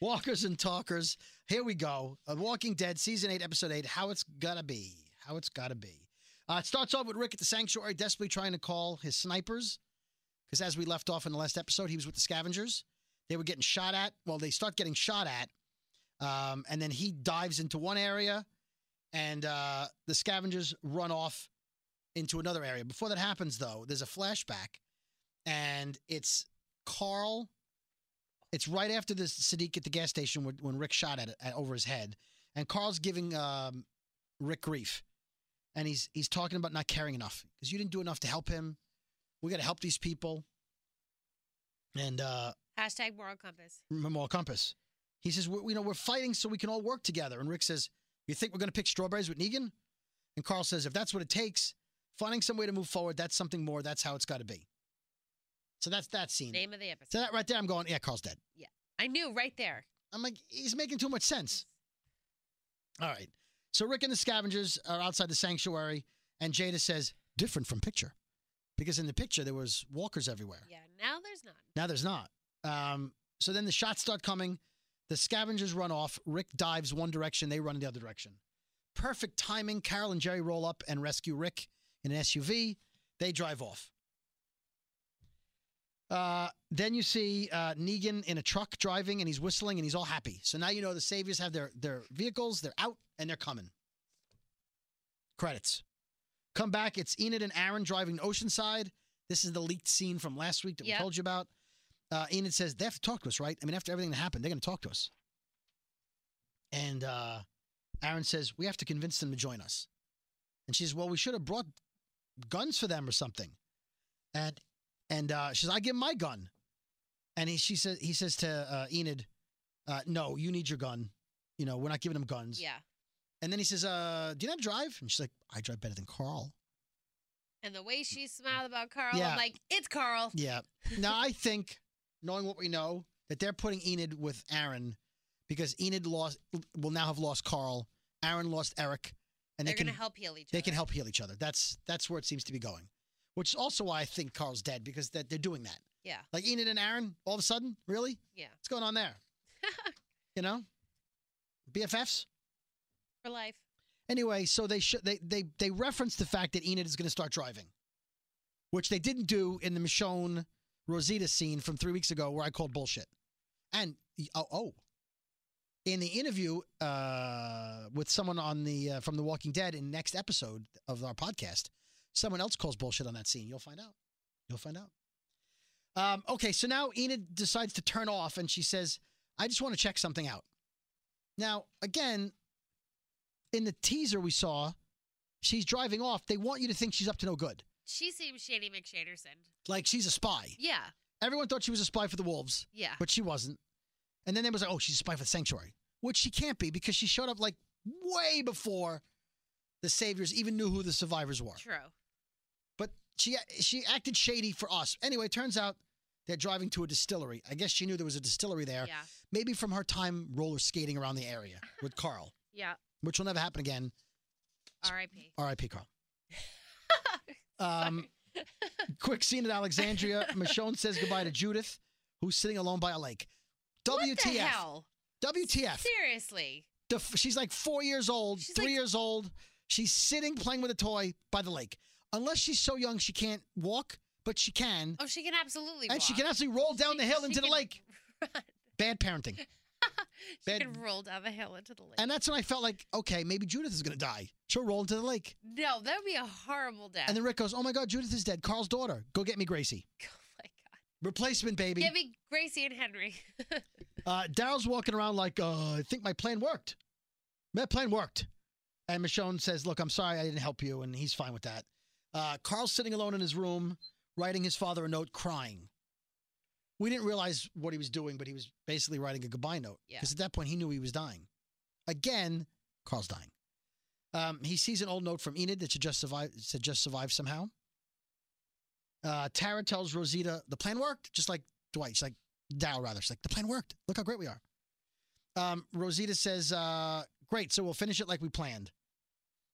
B: Walkers and talkers. Here we go. Uh, Walking Dead, season eight, episode eight. How it's gotta be. How it's gotta be. Uh, it starts off with Rick at the sanctuary, desperately trying to call his snipers, because as we left off in the last episode, he was with the scavengers. They were getting shot at. Well, they start getting shot at, um, and then he dives into one area, and uh, the scavengers run off into another area. Before that happens, though, there's a flashback, and it's Carl. It's right after this Sadiq at the gas station when, when Rick shot at it at, over his head, and Carl's giving um, Rick grief, and he's he's talking about not caring enough because you didn't do enough to help him. We got to help these people, and uh,
C: Hashtag moral compass.
B: moral compass. He says, we're, you know, we're fighting so we can all work together. And Rick says, you think we're going to pick strawberries with Negan? And Carl says, if that's what it takes, finding some way to move forward, that's something more. That's how it's got to be. So that's that scene.
C: Name of the episode.
B: Mm. So that right there, I'm going, yeah, Carl's dead.
C: I knew right there.
B: I'm like, he's making too much sense. All right. So Rick and the scavengers are outside the sanctuary, and Jada says, different from picture. Because in the picture, there was walkers everywhere.
C: Yeah. Now there's none.
B: Now there's not. Um, so then the shots start coming. The scavengers run off. Rick dives one direction. They run in the other direction. Perfect timing. Carol and Jerry roll up and rescue Rick in an SUV. They drive off. Uh, then you see uh, Negan in a truck driving, and he's whistling, and he's all happy. So now you know the Saviors have their their vehicles. They're out, and they're coming. Credits. Come back. It's Enid and Aaron driving to Oceanside. This is the leaked scene from last week that
C: Yep.
B: we told you about. Uh, Enid says they have to talk to us, right? I mean, after everything that happened, they're going to talk to us. And uh, Aaron says we have to convince them to join us. And she says, well, we should have brought guns for them or something. And and uh, she says, I give him my gun. And he, she says, he says to uh, Enid, uh, no, you need your gun. You know, we're not giving him guns.
C: Yeah.
B: And then he says, uh, do you not drive? And she's like, I drive better than Carl.
C: And the way she smiled about Carl,
B: Mm. Yeah.
C: I'm like, it's Carl.
B: Yeah. Now I think, knowing what we know, that they're putting Enid with Aaron because Enid lost will now have lost Carl. Aaron lost Eric, and
C: They're
B: they can
C: gonna help heal each other.
B: they can help heal each other. That's that's where it seems to be going, which is also why I think Carl's dead because that they're doing that.
C: Yeah.
B: Like Enid and Aaron, all of a sudden, really,
C: Yeah.
B: what's going on there? you know, BFFs.
C: For life.
B: Anyway, so they sh- they they they reference the fact that Enid is going to start driving, which they didn't do in the Michonne Rosita scene from three weeks ago, where I called bullshit. And oh, oh in the interview uh, with someone on the uh, from The Walking Dead in next episode of our podcast, someone else calls bullshit on that scene. You'll find out. You'll find out. Um, okay, so now Enid decides to turn off, and she says, "I just want to check something out." Now, again, in the teaser we saw, she's driving off. They want you to think she's up to no good.
C: She seems Shady McShaderson.
B: Like she's a spy.
C: Yeah.
B: Everyone thought she was a spy for the wolves,
C: Yeah.
B: but she wasn't. And then they was like, oh, she's a spy for the sanctuary, which she can't be because she showed up like way before the saviors even knew who the survivors were.
C: True.
B: But she she acted shady for us. Anyway, turns out they're driving to a distillery. I guess she knew there was a distillery there,
C: Yeah.
B: maybe from her time roller skating around the area with Carl,
C: Yeah.
B: which will never happen again.
C: R.I.P.
B: R.I.P. Carl. Um, quick scene at Alexandria. Michonne says goodbye to Judith, who's sitting alone by a lake.
C: What
B: WTF?
C: the hell?
B: WTF?
C: Seriously.
B: The f- she's like four years old,
C: She's
B: three
C: like-
B: years old. She's sitting playing with a toy by the lake. Unless she's so young she can't walk, but she can,
C: Oh, she can absolutely.
B: and she
C: walk.
B: can actually roll down
C: She-
B: the hill
C: she
B: into the
C: can
B: lake.
C: run.
B: Bad parenting.
C: She
B: Bad-
C: can roll down the hill into the lake.
B: And that's when I felt like, okay, maybe Judith is gonna die. She'll roll into the lake.
C: no, that would be a horrible death.
B: And then Rick goes, "Oh my God, Judith is dead. Carl's daughter. Go get me Gracie.
C: oh my god.
B: Replacement baby."
C: Give me Gracie and Henry.
B: Uh, Daryl's walking around like, uh, I think my plan worked. My plan worked. And Michonne says, Look, I'm sorry I didn't help you. And he's fine with that. Uh, Carl's sitting alone in his room, writing his father a note, crying. we didn't realize what he was doing, but he was basically writing a goodbye note
C: Yeah.
B: because at that point he knew he was dying. Again, Carl's dying. Um, he sees an old note from Enid that should just survive. Said just survive somehow. Uh, Tara tells Rosita the plan worked, just like Dwight. She's like Dow rather. She's like the plan worked. Look how great we are. Um, Rosita says, uh, "Great, so we'll finish it like we planned."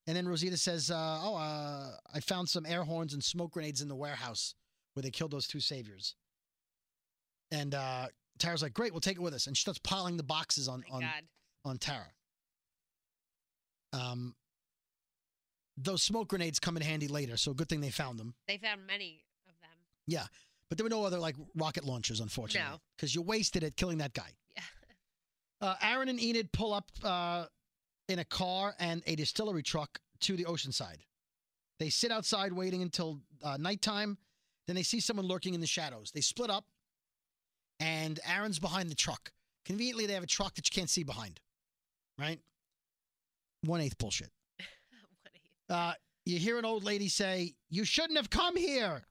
B: And then Rosita says, uh, "Oh, uh, I found some air horns and smoke grenades in the warehouse where they killed those two saviors." And uh, Tara's like, "Great, we'll take it with us." And she starts piling the boxes on
C: Oh My
B: on
C: God.
B: on Tara. Um, those smoke grenades come in handy later, so good thing they found them.
C: They found many of them.
B: But there were no other like rocket launchers, unfortunately,
C: No.
B: because you wasted it killing that guy.
C: Yeah.
B: Uh, Aaron and Enid pull up uh, in a car and a distillery truck to the ocean side. They sit outside waiting until uh, nighttime. Then they see someone lurking in the shadows. They split up, and Aaron's behind the truck. Conveniently, they have a truck that you can't see behind, right? One eighth bullshit.
C: What are
B: Uh,
C: you-
B: you hear an old lady say, "You shouldn't have come here."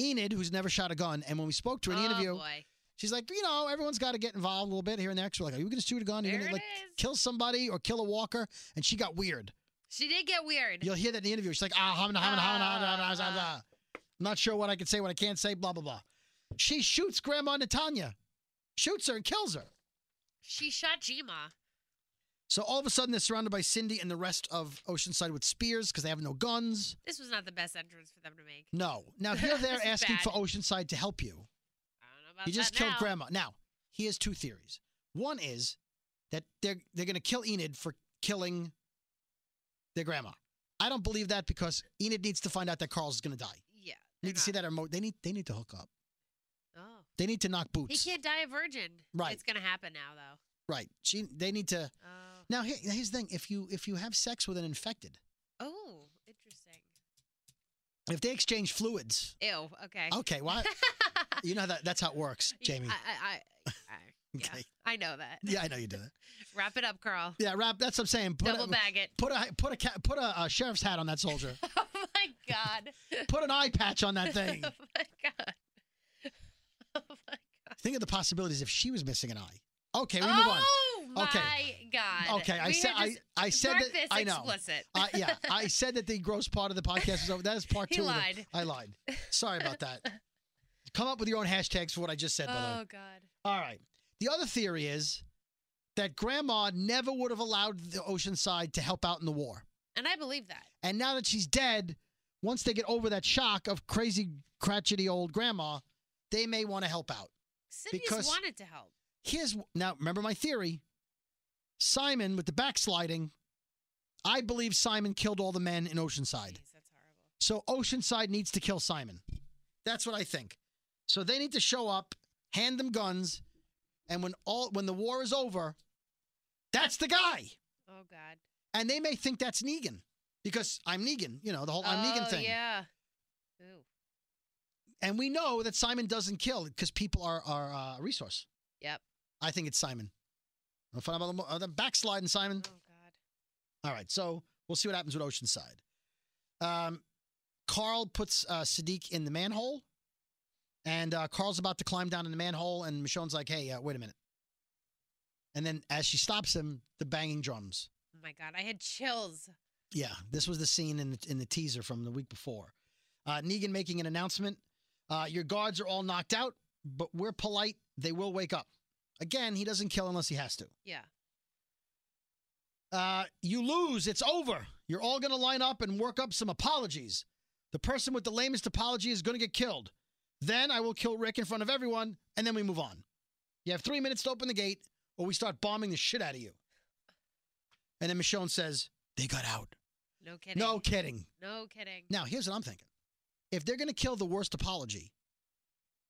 B: Enid, who's never shot a gun, and when we spoke to her in the
C: oh,
B: interview,
C: Boy.
B: she's like, "You know, everyone's got to get involved a little bit here and there." 'Cause We're like, "Are you going to shoot a gun? Are you
C: There
B: going
C: it
B: to like
C: is.
B: kill somebody or kill a walker?" And she got weird.
C: She did get weird.
B: You'll hear that in the interview. She's like, "Ah, hum, hum, hum, hum, hum, hum, hum, hum, hum. I'm not sure what I can say, what I can't say, blah blah blah." She shoots Grandma Natanya, shoots her and kills her.
C: She shot Jima.
B: So all of a sudden, they're surrounded by Cindy and the rest of Oceanside with spears because they have no guns.
C: This was not the best entrance for them to make.
B: No. Now here they're
C: This is
B: asking
C: bad. Uh,
B: for Oceanside to help you.
C: I don't know about
B: You just
C: that
B: killed
C: now.
B: Grandma. Now, he has two theories. One is that they're they're going to kill Enid for killing their grandma. I don't believe that because Enid needs to find out that Carl's going to die.
C: Yeah.
B: Need
C: they're
B: to see
C: not.
B: that remote. They need they need to hook up.
C: Oh.
B: They need to knock
C: He
B: boots.
C: can't die a virgin.
B: Right.
C: It's gonna happen now though.
B: Right. She they need to
C: Oh.
B: Now here, here's the thing. If you if you have sex with an infected,
C: Oh, interesting.
B: if they exchange fluids,
C: Ew. Okay.
B: okay, well, I- you know that that's how it works, Oh, Jamie.
C: I, I, I, I, yeah,
B: Okay.
C: I know that.
B: Yeah, I know you do that.
C: Wrap it up, Carl.
B: Yeah, wrap. That's what I'm saying. Put
C: Double
B: it-
C: bag it.
B: Put a put a ca- put a uh, sheriff's hat on that soldier.
C: Oh my god.
B: put an eye patch on that thing.
C: oh my god. Oh my god.
B: Think of the possibilities if she was missing an eye. Okay, we move on.
C: Oh my
B: Okay.
C: god.
B: Okay, I
C: We
B: said
C: had
B: I,
C: just
B: I said
C: marked
B: that
C: this
B: I know.
C: explicit.
B: Uh, yeah, I said that the gross part of the podcast was over. That is part
C: He
B: two. of the-
C: lied.
B: I lied. Sorry about that. Come up with your own hashtags for what I just said. By the way.
C: oh god.
B: All right. The other theory is that Grandma never would have allowed the Oceanside to help out in the war.
C: And I believe that.
B: And now that she's dead, once they get over that shock of crazy, cratchety old grandma, they may want to help out.
C: Cindy's
B: Because-
C: wanted to help.
B: Here's now, remember my theory Simon with the backsliding. I believe Simon killed all the men in Oceanside.
C: Jeez, that's horrible.
B: So Oceanside needs to kill Simon. That's what I think. So they need to show up, hand them guns, and when all when the war is over, that's the guy.
C: Oh god.
B: And they may think that's Negan because I'm Negan, you know, the whole I'm
C: oh,
B: Negan thing.
C: Yeah. Ooh.
B: And we know that Simon doesn't kill because people are are uh, a resource.
C: Yep.
B: I think it's Simon. I'll find out about the mo- uh, the backsliding Simon.
C: Oh god.
B: All right, so we'll see what happens with Oceanside. Um, Carl puts uh, Sadiq in the manhole, and uh, Carl's about to climb down in the manhole, and Michonne's like, "Hey, uh, wait a minute." And then as she stops him, the banging drums.
C: Oh my god. I had chills.
B: Yeah, this was the scene in the, in the teaser from the week before. Uh, Negan making an announcement. Uh, your guards are all knocked out, but we're polite. They will wake up. Again, he doesn't kill unless he has to.
C: Yeah.
B: Uh, you lose. It's over. You're all going to line up and work up some apologies. The person with the lamest apology is going to get killed. Then I will kill Rick in front of everyone, and then we move on. You have three minutes to open the gate, or we start bombing the shit out of you. And then Michonne says, They got out.
C: No kidding.
B: No kidding.
C: No kidding.
B: Now, here's what I'm thinking. If they're going to kill the worst apology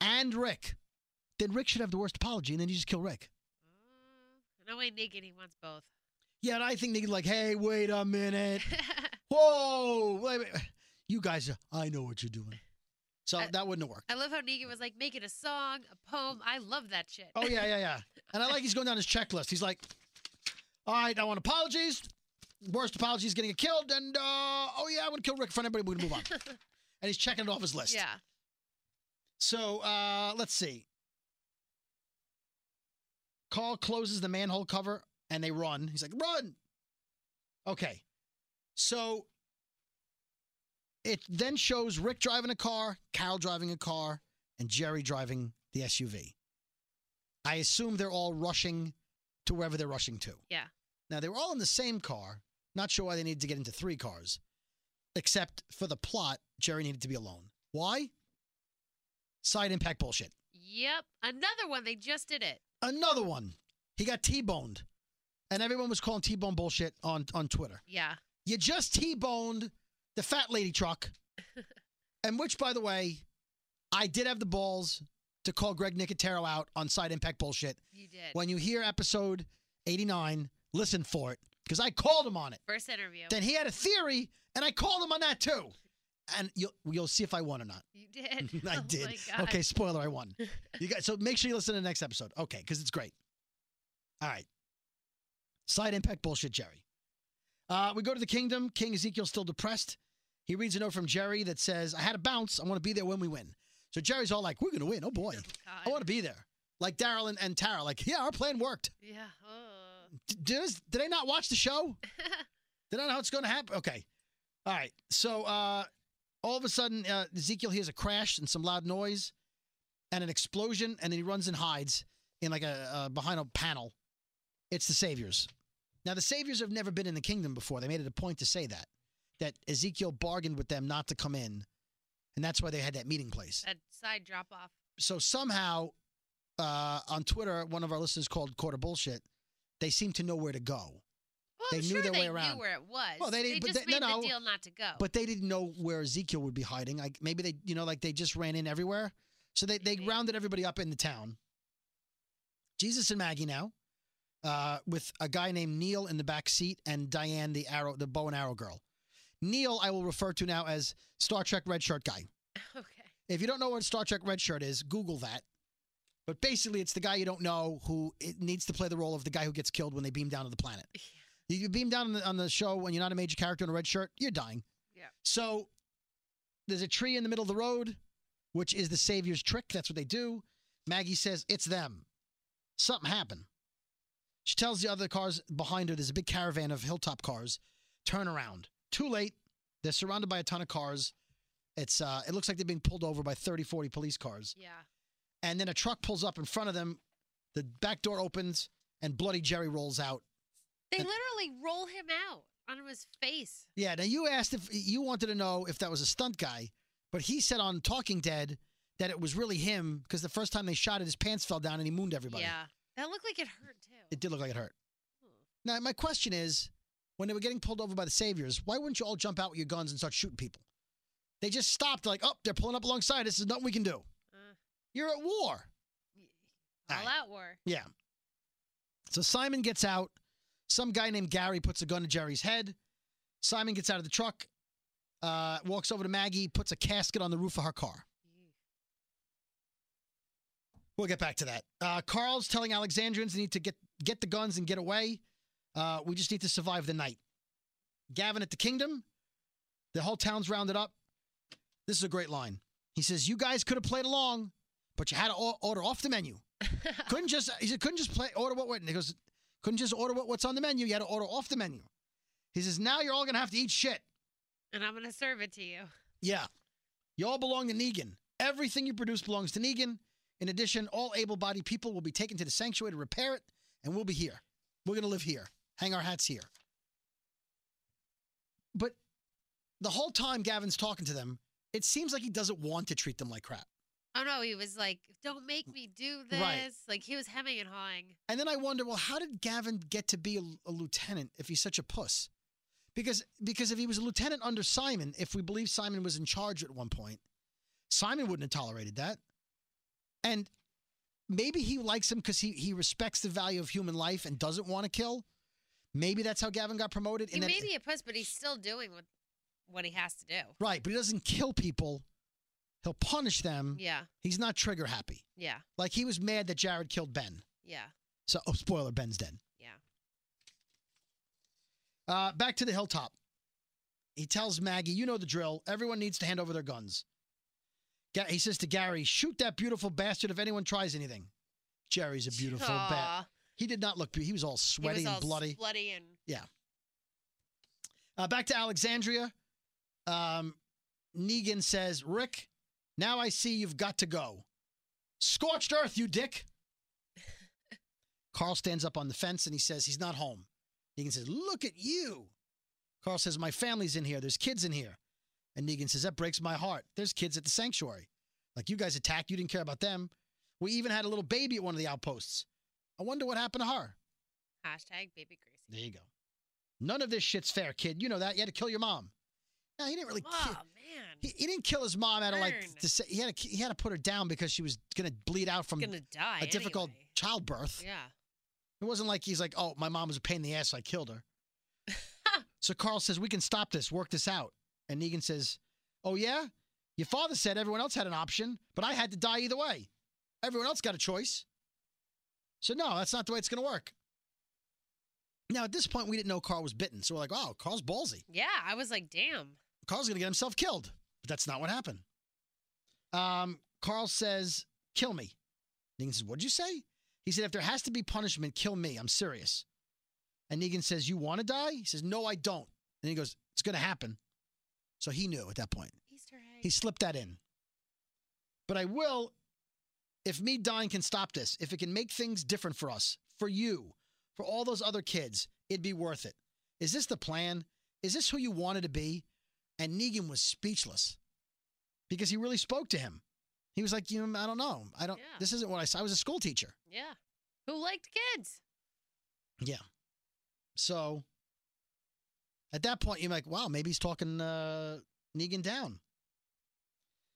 B: and Rick, then Rick should have the worst apology, and then you just kill Rick.
C: Uh, no way, Negan. He wants both.
B: Yeah, and I think they'd like, hey, wait a minute. Whoa. Wait, a minute. You guys, are- I know what you're doing. So
C: I-
B: that wouldn't have worked.
C: I love how Negan was like, make it a song, a poem. I love that shit.
B: Oh, yeah, yeah, yeah. And I like he's going down his checklist. He's like, all right, I want apologies. Worst apology is going to get killed. And, uh, oh, yeah, I want to kill Rick in front of everybody. We're going to move on. and he's checking it off his list.
C: yeah.
B: So uh, let's see. Carl closes the manhole cover and they run. He's like, run. Okay. So it then shows Rick driving a car, Carol driving a car, and Jerry driving the SUV. I assume they're all rushing to wherever they're rushing to.
C: Yeah.
B: Now they were all in the same car. Not sure why they needed to get into three cars, except for the plot, Jerry needed to be alone. Why? Side impact bullshit.
C: Yep. Another one. They just did it.
B: Another one. He got T-boned. And everyone was calling T-bone bullshit on, on Twitter.
C: Yeah.
B: You just T-boned the fat lady truck. and which, by the way, I did have the balls to call Greg Nicotero out on side impact bullshit.
C: You did.
B: When you hear episode 89, listen for it. Because I called him on it.
C: First interview.
B: Then he had a theory, and I called him on that too. And you'll you'll see if I won or not.
C: you did.
B: I
C: Oh
B: did.
C: My God.
B: Okay, spoiler, I won. You guys, so make sure you listen to the next episode. Okay, because it's great. All right. Side impact bullshit, Jerry. Uh, we go to the kingdom. King Ezekiel's still depressed. He reads a note from Jerry that says, I had a bounce. I want to be there when we win. So Jerry's all like, We're going to win. Oh boy. I want to be there. Like Daryl and, and Tara, like, yeah, our plan worked.
C: Yeah. Oh.
B: D- Did, us- did I not watch the show? Did I know how it's going to happen? Okay. All right. So uh, all of a sudden, uh, Ezekiel hears a crash and some loud noise and an explosion, and then he runs and hides in like a uh, behind a panel. It's the Saviors. Now, the Saviors have never been in the kingdom before. They made it a point to say that, that Ezekiel bargained with them not to come in, and that's why they had that meeting place.
C: That side drop off.
B: So somehow uh, on Twitter, one of our listeners called Quarter Bullshit. They seem to know where to go.
C: Well,
B: They
C: I'm
B: knew
C: sure
B: their
C: they
B: way around.
C: knew where it was.
B: Well, they
C: they,
B: didn't- but
C: just
B: they- no,
C: made
B: no.
C: the deal not to go.
B: But they didn't know where Ezekiel would be hiding. Like maybe they, you know, like they just ran in everywhere. So they, they
C: Maybe.
B: rounded everybody up in the town. Jesus and Maggie now, uh, with a guy named Neil in the back seat and Diane, the arrow, the bow and arrow girl. Neil, I will refer to now as Star Trek Red Shirt guy.
C: okay.
B: If you don't know what Star Trek Red Shirt is, Google that. But basically, it's the guy you don't know who it needs to play the role of the guy who gets killed when they beam down to the planet.
C: Yeah.
B: You you beam down on the, on the show when you're not a major character in a red shirt, you're dying.
C: Yeah.
B: So there's a tree in the middle of the road, which is the savior's trick. That's what they do. Maggie says it's them. Something happened. She tells the other cars behind her. There's a big caravan of hilltop cars. Turn around. Too late. They're surrounded by a ton of cars. It's uh, it looks like they're being pulled over by 30, 40 police cars.
C: Yeah.
B: And then a truck pulls up in front of them. The back door opens and bloody Jerry rolls out.
C: They
B: And-
C: literally roll him out on his face.
B: Yeah. Now you asked if you wanted to know if that was a stunt guy, but he said on Talking Dead that it was really him because the first time they shot it, his pants fell down and he mooned everybody.
C: Yeah. That looked like it hurt too.
B: It did look like it hurt.
C: Hmm.
B: Now my question is, when they were getting pulled over by the saviors, why wouldn't you all jump out with your guns and start shooting people? They just stopped. Like, oh, they're pulling up alongside. This is nothing we can do.
C: Uh,
B: You're at war.
C: y-
B: All
C: all
B: right.
C: out war.
B: Yeah. So Simon gets out. Some guy named Gary puts a gun to Jerry's head. Simon gets out of the truck, uh, walks over to Maggie, puts a casket on the roof of her car. We'll get back to that. Uh, Carl's telling Alexandrians they need to get get the guns and get away. Uh, we just need to survive the night. Gavin at the kingdom. The whole town's rounded up. This is a great line. He says, "You guys could have played along, but you had to o- order off the menu. couldn't just he said couldn't just play order what what." And he goes, "Couldn't just order what, what's on the menu. You had to order off the menu." He says, "Now you're all gonna have to eat shit."
C: And I'm going to serve it to you.
B: Yeah. You all belong to Negan. Everything you produce belongs to Negan. In addition, all able bodied people will be taken to the sanctuary to repair it, and we'll be here. We're going to live here, hang our hats here. But the whole time Gavin's talking to them, it seems like he doesn't want to treat them like crap.
C: Oh no, he was like, "Don't make me do this."
B: Right.
C: Like he was hemming and hawing.
B: And then I wonder, well, how did Gavin get to be a, a lieutenant if he's such a puss? Because because if he was a lieutenant under Simon, if we believe Simon was in charge at one point, Simon wouldn't have tolerated that. And maybe he likes him because he he respects the value of human life and doesn't want to kill. Maybe that's how Gavin got promoted.
C: He
B: and
C: may be a puss, but he's still doing what what he has to do.
B: right, but he doesn't kill people. He'll punish them.
C: Yeah,
B: He's not trigger happy.
C: yeah,
B: Like he was mad that Jared killed Ben.
C: yeah,
B: So, oh, spoiler, Ben's dead.
C: Yeah.
B: Uh, back to the hilltop. He tells Maggie, you know the drill. Everyone needs to hand over their guns. Ga- he says to Gary, shoot that beautiful bastard if anyone tries anything. Jerry's a beautiful bat.
C: Aw,
B: He did not look. be- He was all
C: He was
B: sweaty
C: all
B: and bloody.
C: bloody and
B: Uh, back to Alexandria. Um, Negan says, "Rick, now I see you've got to go. Scorched earth, you dick." Carl stands up on the fence and he says, "He's not home." Negan says, "Look at you." Carl says, "My family's in here. There's kids in here." And Negan says, "That breaks my heart. There's kids at the sanctuary. Like you guys attacked. You didn't care about them. We even had a little baby at one of the outposts. I wonder what happened to her."
C: hashtag baby greasy.
B: There you go. None of this shit's fair, kid. You know that. You had to kill your mom. No, he didn't really.
C: Oh
B: Kill,
C: man,
B: he, he didn't kill his mom out of
C: Burn.
B: like to say, he had to, he had to put her down because she was gonna bleed out from
C: he's gonna die.
B: um, a difficult
C: anyway.
B: childbirth.
C: Yeah.
B: It wasn't like he's like, oh, my mom was a pain in the ass, so I killed her. so Carl says we can stop this, work this out. And Negan says, oh yeah, your father said everyone else had an option, but I had to die either way. Everyone else got a choice. So no, that's not the way it's gonna work. Now at this point, we didn't know Carl was bitten, so we're like, oh, Carl's ballsy.
C: Yeah, I was like, damn.
B: Carl's going to get himself killed. But that's not what happened. Um, Carl says, kill me. Negan says, what'd you say? He said, if there has to be punishment, kill me. I'm serious. And Negan says, you want to die? He says, no, I don't. And he goes, it's going to happen. So he knew at that point.
C: Easter egg.
B: He slipped that in. But I will, if me dying can stop this, if it can make things different for us, for you, for all those other kids, it'd be worth it. Is this the plan? Is this who you wanted to be? And Negan was speechless because he really spoke to him. He was like, you know, I don't know. I don't,
C: Yeah.
B: this isn't what I saw. I was a school teacher.
C: yeah. Who liked kids?
B: So at that point, you're like, wow, maybe he's talking uh, Negan down.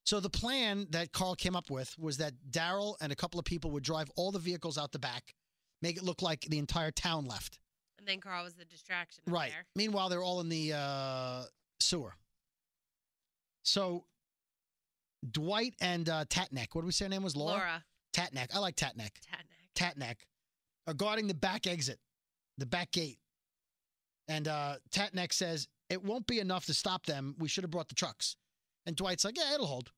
B: So the plan that Carl came up with was that Daryl and a couple of people would drive all the vehicles out the back, make it look like the entire town left.
C: And then Carl was the distraction. up
B: Right.
C: There.
B: Meanwhile, they're all in the uh, sewer. So Dwight and uh, Tatneck, what did we say her name was? Laura?
C: Laura
B: Tatneck. I like Tatneck.
C: Tatnack.
B: Tatnack are uh, guarding the back exit, the back gate. And uh, Tatnack says, It won't be enough to stop them. We should have brought the trucks. And Dwight's like, Yeah, it'll hold.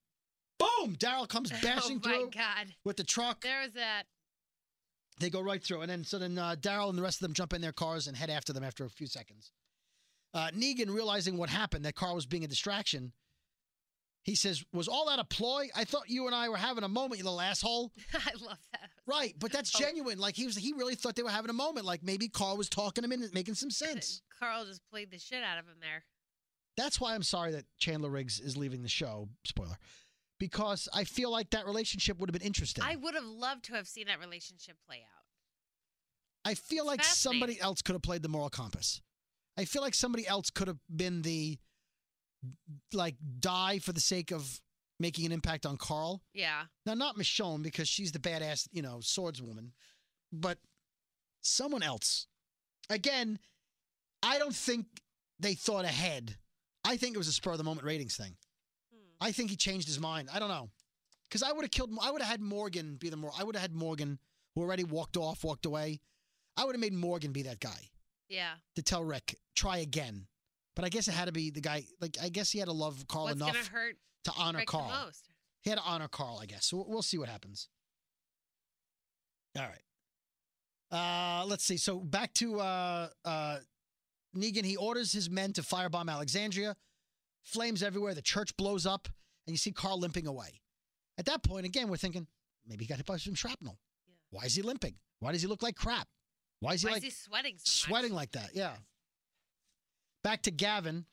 B: Boom! Daryl comes bashing
C: oh my
B: through
C: God.
B: with the truck.
C: There was that.
B: They go right through. And then, so then uh, Daryl and the rest of them jump in their cars and head after them after a few seconds. Uh, Negan, realizing what happened, that Carl was being a distraction, he says, Was all that a ploy? I thought you and I were having a moment, you little asshole.
C: I love that.
B: Right, but that's
C: Oh.
B: genuine. Like he was, he really thought they were having a moment. Like maybe Carl was talking him in and making some sense.
C: Carl just played the shit out of him there.
B: That's why I'm sorry that Chandler Riggs is leaving the show. Spoiler, because I feel like that relationship would have been interesting.
C: I
B: I,
C: would have loved to have seen that relationship play out.
B: feel like somebody
C: fascinating.
B: else could have played the moral compass. I feel like somebody else could have been the like die for the sake of making an impact on Carl.
C: Yeah.
B: Now, not Michonne because she's the badass, you know, swordswoman, but someone else. Again, I don't think they thought ahead. I think it was a spur of the moment ratings thing.
C: Hmm.
B: I think he changed his mind. I don't know, because I would have killed. I would have had Morgan be the more. I would have had Morgan who already walked off, walked away. I would have made Morgan be that guy
C: Yeah.
B: to tell Rick try again. But I guess it had to be the guy. Like I guess he had to love Carl
C: What's
B: enough
C: gonna hurt
B: to honor
C: Rick
B: Carl.
C: the most?
B: He had to honor Carl, I guess. So we'll see what happens. All right. Uh, let's see. So back to uh, uh, Negan. He orders his men to firebomb Alexandria. Flames everywhere. The church blows up, and you see Carl limping away. At that point, again, we're thinking maybe he got hit by some shrapnel.
C: Yeah.
B: Why is he limping? Why does he look like crap? Why is he
C: Why
B: like
C: is he sweating so much?
B: sweating like that. Yeah. Back to Gavin.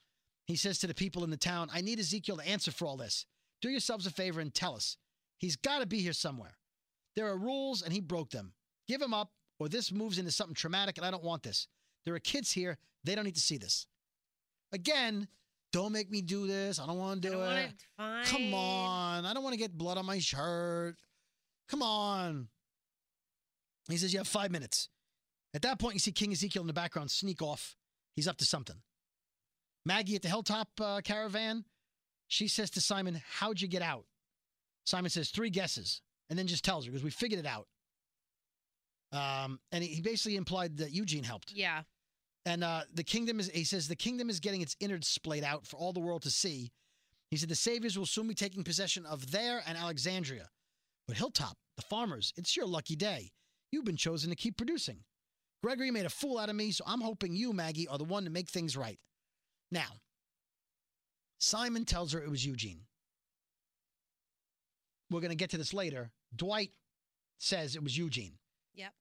B: He says to the people in the town, I need Ezekiel to answer for all this. Do yourselves a favor and tell us. He's got to be here somewhere. There are rules and he broke them. Give him up, or this moves into something traumatic, and I don't want this. There are kids here. They don't need to see this. Again, don't make me do this. I don't want to
C: I
B: do
C: don't
B: it.
C: wanna- Fine.
B: Come on. I don't want to get blood on my shirt. Come on. He says, You have five minutes. At that point, you see King Ezekiel in the background sneak off. He's up to something. Maggie at the hilltop uh, caravan, she says to Simon, How'd you get out? Simon says, Three guesses. And then just tells her, because we figured it out. Um, and he he basically implied that Eugene helped.
C: Yeah.
B: And uh, the kingdom is, he says, the kingdom is getting its innards splayed out for all the world to see. He said, the saviors will soon be taking possession of there and Alexandria. But Hilltop, the farmers, it's your lucky day. You've been chosen to keep producing. Gregory made a fool out of me, so I'm hoping you, Maggie, are the one to make things right. Now, Simon tells her it was Eugene. We're going to get to this later. Dwight says it was Eugene.
C: Yep.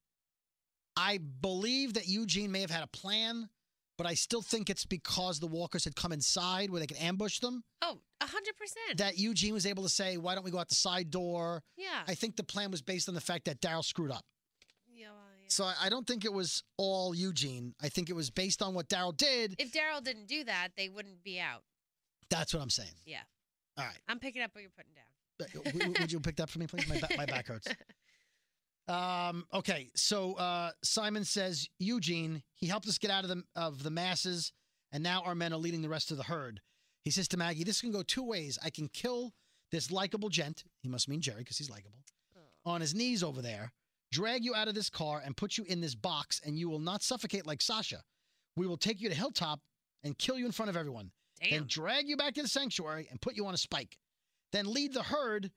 B: I believe that Eugene may have had a plan, but I still think it's because the walkers had come inside where they could ambush them
C: Oh, a hundred percent.
B: that Eugene was able to say, Why don't we go out the side door?
C: Yeah.
B: I think the plan was based on the fact that Daryl screwed up.
C: yeah, well, yeah.
B: So I- I don't think it was all Eugene. I think it was based on what Daryl did.
C: if Daryl didn't do that, they wouldn't be out.
B: That's what I'm saying.
C: Yeah.
B: All right.
C: I'm picking up what you're putting down.
B: Uh, w- w- Would you pick that for me, please? My, ba- my back hurts. Um, okay. So uh, Simon says Eugene, he helped us get out of the, of the masses, and now our men are leading the rest of the herd. He says to Maggie, This can go two ways. I can kill this likable gent. He must mean Jerry because he's likable.
C: Oh.
B: on his knees over there, drag you out of this car and put you in this box, and you will not suffocate like Sasha. We will take you to Hilltop and kill you in front of everyone,
C: Damn.
B: then drag you back to the sanctuary and put you on a spike. Then lead the herd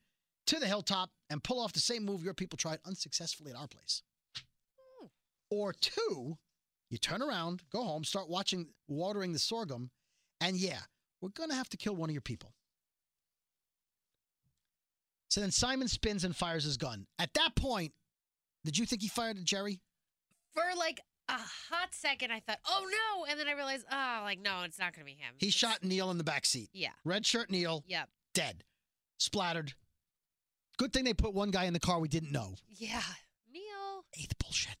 B: to the hilltop and pull off the same move your people tried unsuccessfully at our place.
C: Ooh.
B: Or two, you turn around, go home, start watching watering the sorghum, and yeah, we're gonna have to kill one of your people. So then Simon spins and fires his gun. At that point, did you think he fired at Jerry?
C: For like a hot second, I thought, oh no. And then I realized, oh, like, no, it's not going to be him.
B: He
C: It's-
B: shot Neil in the back seat.
C: Yeah.
B: Red shirt Neil,
C: Yep.
B: dead, splattered. Good thing they put one guy in the car we didn't know.
C: Yeah. Neil.
B: Eighth bullshit.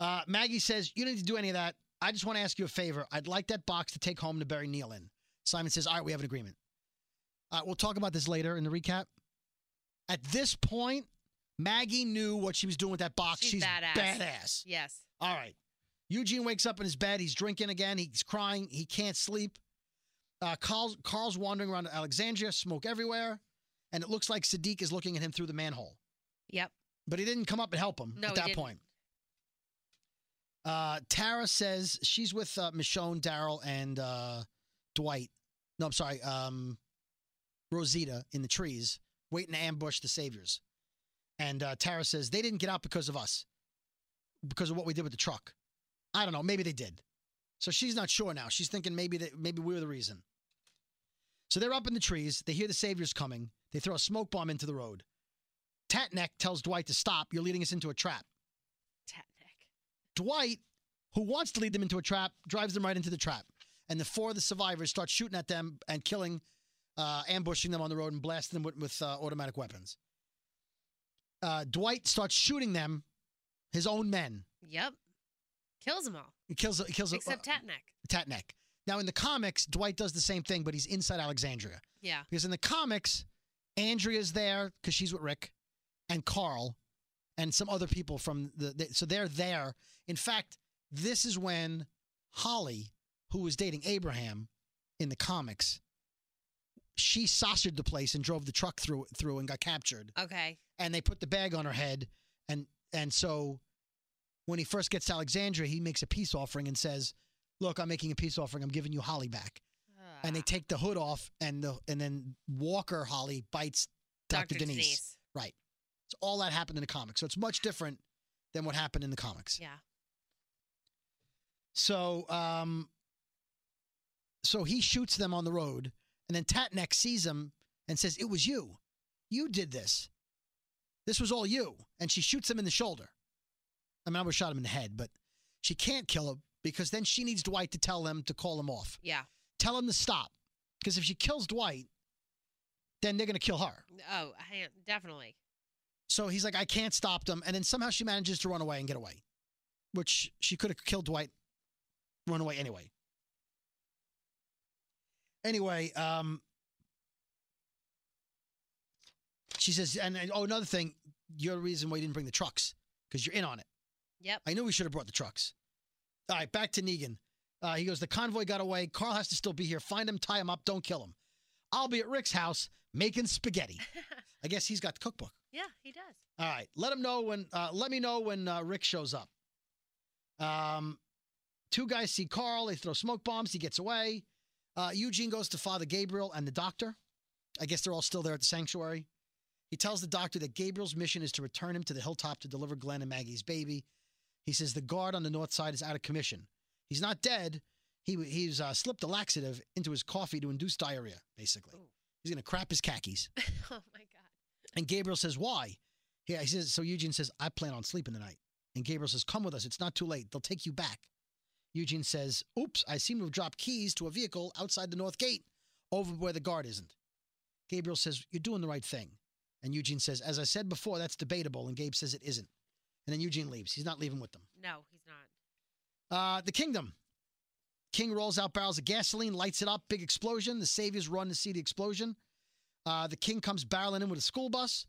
B: Uh, Maggie says, You don't need to do any of that. I just want to ask you a favor. I'd like that box to take home to bury Neil in. Simon says, All right, we have an agreement. Uh, we'll talk about this later in the recap. At this point, Maggie knew what she was doing with that box.
C: She's
B: She's
C: badass.
B: badass.
C: Yes.
B: All right. Eugene wakes up in his bed. He's drinking again. He's crying. He can't sleep. Uh, Carl's, Carl's wandering around Alexandria, smoke everywhere. And it looks like Sadiq is looking at him through the manhole.
C: Yep.
B: But he didn't come up and help him
C: No,
B: at
C: he
B: that
C: didn't.
B: point. Uh, Tara says she's with uh, Michonne, Daryl, and uh, Dwight. No, I'm sorry, um, Rosita in the trees, waiting to ambush the saviors. And uh, Tara says they didn't get out because of us, because of what we did with the truck. I don't know. Maybe they did. So she's not sure now. She's thinking maybe that maybe we were the reason. So they're up in the trees. They hear the saviors coming. They throw a smoke bomb into the road. Tatneck tells Dwight to stop. You're leading us into a trap.
C: Tatnick.
B: Dwight, who wants to lead them into a trap, drives them right into the trap. And the four of the survivors start shooting at them and killing, uh, ambushing them on the road and blasting them with, with uh, automatic weapons. Uh, Dwight starts shooting them, his own men.
C: Yep. Kills them all.
B: He kills, he kills
C: Except
B: uh,
C: Tatnick.
B: Tatneck. Now, in the comics, Dwight does the same thing, but he's inside Alexandria.
C: Yeah.
B: Because in the comics, Andrea's there because she's with Rick and Carl and some other people from the, the. So they're there. In fact, this is when Holly, who was dating Abraham in the comics, she saucered the place and drove the truck through through and got captured.
C: Okay.
B: And they put the bag on her head. And and so when he first gets to Alexandria, he makes a peace offering and says, Look, I'm making a peace offering. I'm giving you Holly back and they
C: Ah.
B: take the hood off, and the and then Walker Holly bites Doctor Denise. It's all that happened in the comics, so it's much different than what happened in the comics.
C: Yeah.
B: So, um, so he shoots them on the road, and then Tatneck sees him and says, "It was you. You did this. This was all you." And she shoots him in the shoulder. I mean, I would shot him in the head, but she can't kill him because then she needs Dwight to tell them to call him off.
C: Yeah.
B: tell him to stop. Because if she kills Dwight, then they're going to kill her.
C: Oh, I, definitely.
B: So he's like, I can't stop them. And then somehow she manages to run away and get away, which she could have killed Dwight, run away anyway. Anyway, um, she says, and, and oh, another thing, you're the reason why you didn't bring the trucks because you're in on it.
C: Yep.
B: I knew we should have brought the trucks. All right, back to Negan. Uh, he goes, The convoy got away. Carl has to still be here. Find him, tie him up, don't kill him. I'll be at Rick's house making spaghetti. I guess he's got the cookbook.
C: yeah, he does.
B: All right, let him know when, uh, let me know when uh, Rick shows up. Um, two guys see Carl. They throw smoke bombs. He gets away. Uh, Eugene goes to Father Gabriel and the doctor. I guess they're all still there at the sanctuary. He tells the doctor that Gabriel's mission is to return him to the hilltop to deliver Glenn and Maggie's baby. He says the guard on the north side is out of commission. He's not dead. He w- he's uh, slipped a laxative into his coffee to induce diarrhea. Basically,
C: Ooh.
B: he's gonna crap his khakis.
C: oh my god.
B: And Gabriel says, "Why?" Yeah, he says. So Eugene says, "I plan on sleeping tonight." And Gabriel says, "Come with us. It's not too late. They'll take you back." Eugene says, "Oops, I seem to have dropped keys to a vehicle outside the north gate, over where the guard isn't." Gabriel says, "You're doing the right thing." And Eugene says, "As I said before, that's debatable." And Gabe says, "It isn't." And then Eugene leaves. He's not leaving with them.
C: No, he's not.
B: Uh, the kingdom. King rolls out barrels of gasoline, lights it up, big explosion. The saviors run to see the explosion. Uh, the king comes barreling in with a school bus.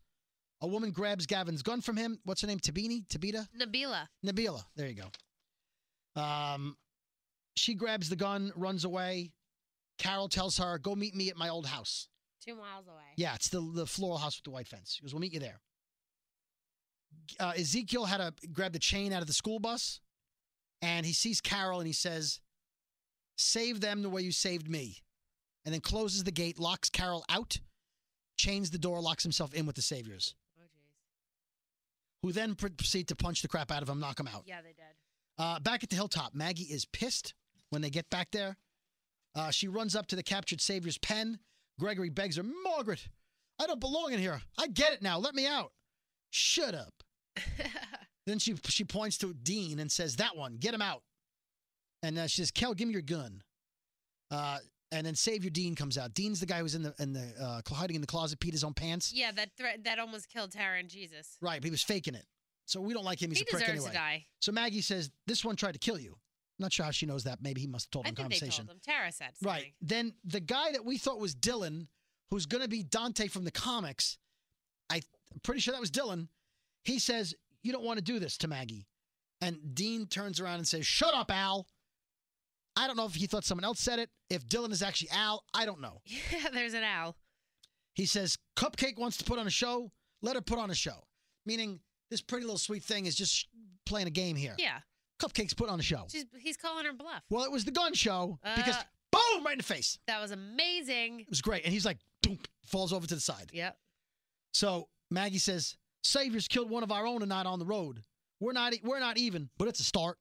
B: A woman grabs Gavin's gun from him. What's her name? Tabini? Tabita?
C: Nabila.
B: Nabila. There you go. Um, she grabs the gun, runs away. Carol tells her, go meet me at my old house.
C: Two miles away.
B: Yeah, it's the, the floral house with the white fence. She goes, we'll meet you there. Uh, Ezekiel had to grab the chain out of the school bus, and he sees Carol and he says, Save them the way you saved me. And then closes the gate, locks Carol out, chains the door, locks himself in with the Saviors,
C: Oh jeez.
B: who then pr- proceed to punch the crap out of him, knock him out.
C: Yeah, they did.
B: Uh, back at the hilltop, Maggie is pissed when they get back there. Uh, she runs up to the captured Savior's pen. Gregory begs her, Margaret, I don't belong in here. I get it now. Let me out. Shut up. Then she she points to Dean and says, "That one, get him out." And uh, she says, "Kel, give me your gun." Uh, and then Savior Dean comes out. Dean's the guy who's in the in the uh, cl- hiding in the closet, peed his own pants.
C: yeah, that threat that almost killed Tara and Jesus.
B: Right, but he was faking it. So we don't like him. He's
C: he
B: a prick
C: deserves
B: anyway.
C: to die.
B: So Maggie says, "This one tried to kill you." I'm not sure how she knows that. Maybe he must have told
C: I
B: in
C: think they
B: conversation.
C: told him. Tara said something.
B: Right. Then the guy that we thought was Dylan, who's going to be Dante from the comics, I, I'm pretty sure that was Dylan. He says, You don't want to do this to Maggie. And Dean turns around and says, Shut up, Al. I don't know if he thought someone else said it. If Dylan is actually Al, I don't know.
C: Yeah, there's an owl.
B: He says, Cupcake wants to put on a show. Let her put on a show. Meaning, this pretty little sweet thing is just playing a game here.
C: Yeah,
B: Cupcake's put on a show.
C: she's he's calling her bluff.
B: Well, it was the gun show because
C: Uh.
B: boom, right in the face.
C: That was amazing.
B: It was great. And he's like, Doom, falls over to the side.
C: Yep.
B: So Maggie says, "Saviors killed one of our own tonight on the road. We're not e, we're not even, but it's a start."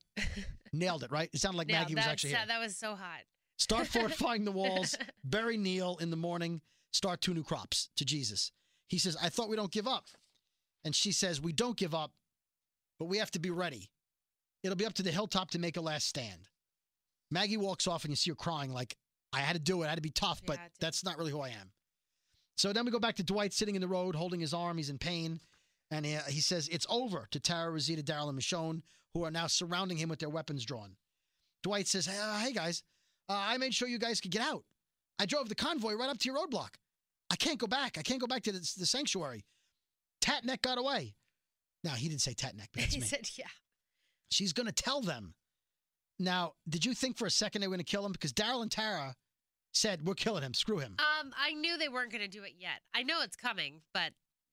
B: Nailed it, right? It sounded like
C: Yeah,
B: Maggie was
C: that
B: actually
C: sa-
B: here.
C: that was so hot.
B: Start fortifying the walls. Bury Neil in the morning. Start two new crops to Jesus. He says, "I thought we don't give up," and she says, "We don't give up, but we have to be ready. It'll be up to the hilltop to make a last stand." Maggie walks off, and you see her crying, like, "I had to do it. I had to be tough,
C: You
B: but
C: had to."
B: that's not really who I am." So then we go back to Dwight sitting in the road, holding his arm. He's in pain, and he, he says, "It's over." To Tara, Rosita, Daryl, and Michonne, who are now surrounding him with their weapons drawn. Dwight says, "Hey, uh, hey guys, uh, I made sure you guys could get out. I drove the convoy right up to your roadblock. I can't go back. I can't go back to the, the sanctuary. Tatneck got away. Now he didn't say Tatneck, but that's
C: he
B: me.
C: said, "Yeah,
B: She's going to tell them. Now, did you think for a second they were going to kill him? Because Daryl and Tara said, "We're killing him. Screw him."
C: um, I knew they weren't going to do it yet. I know it's coming, but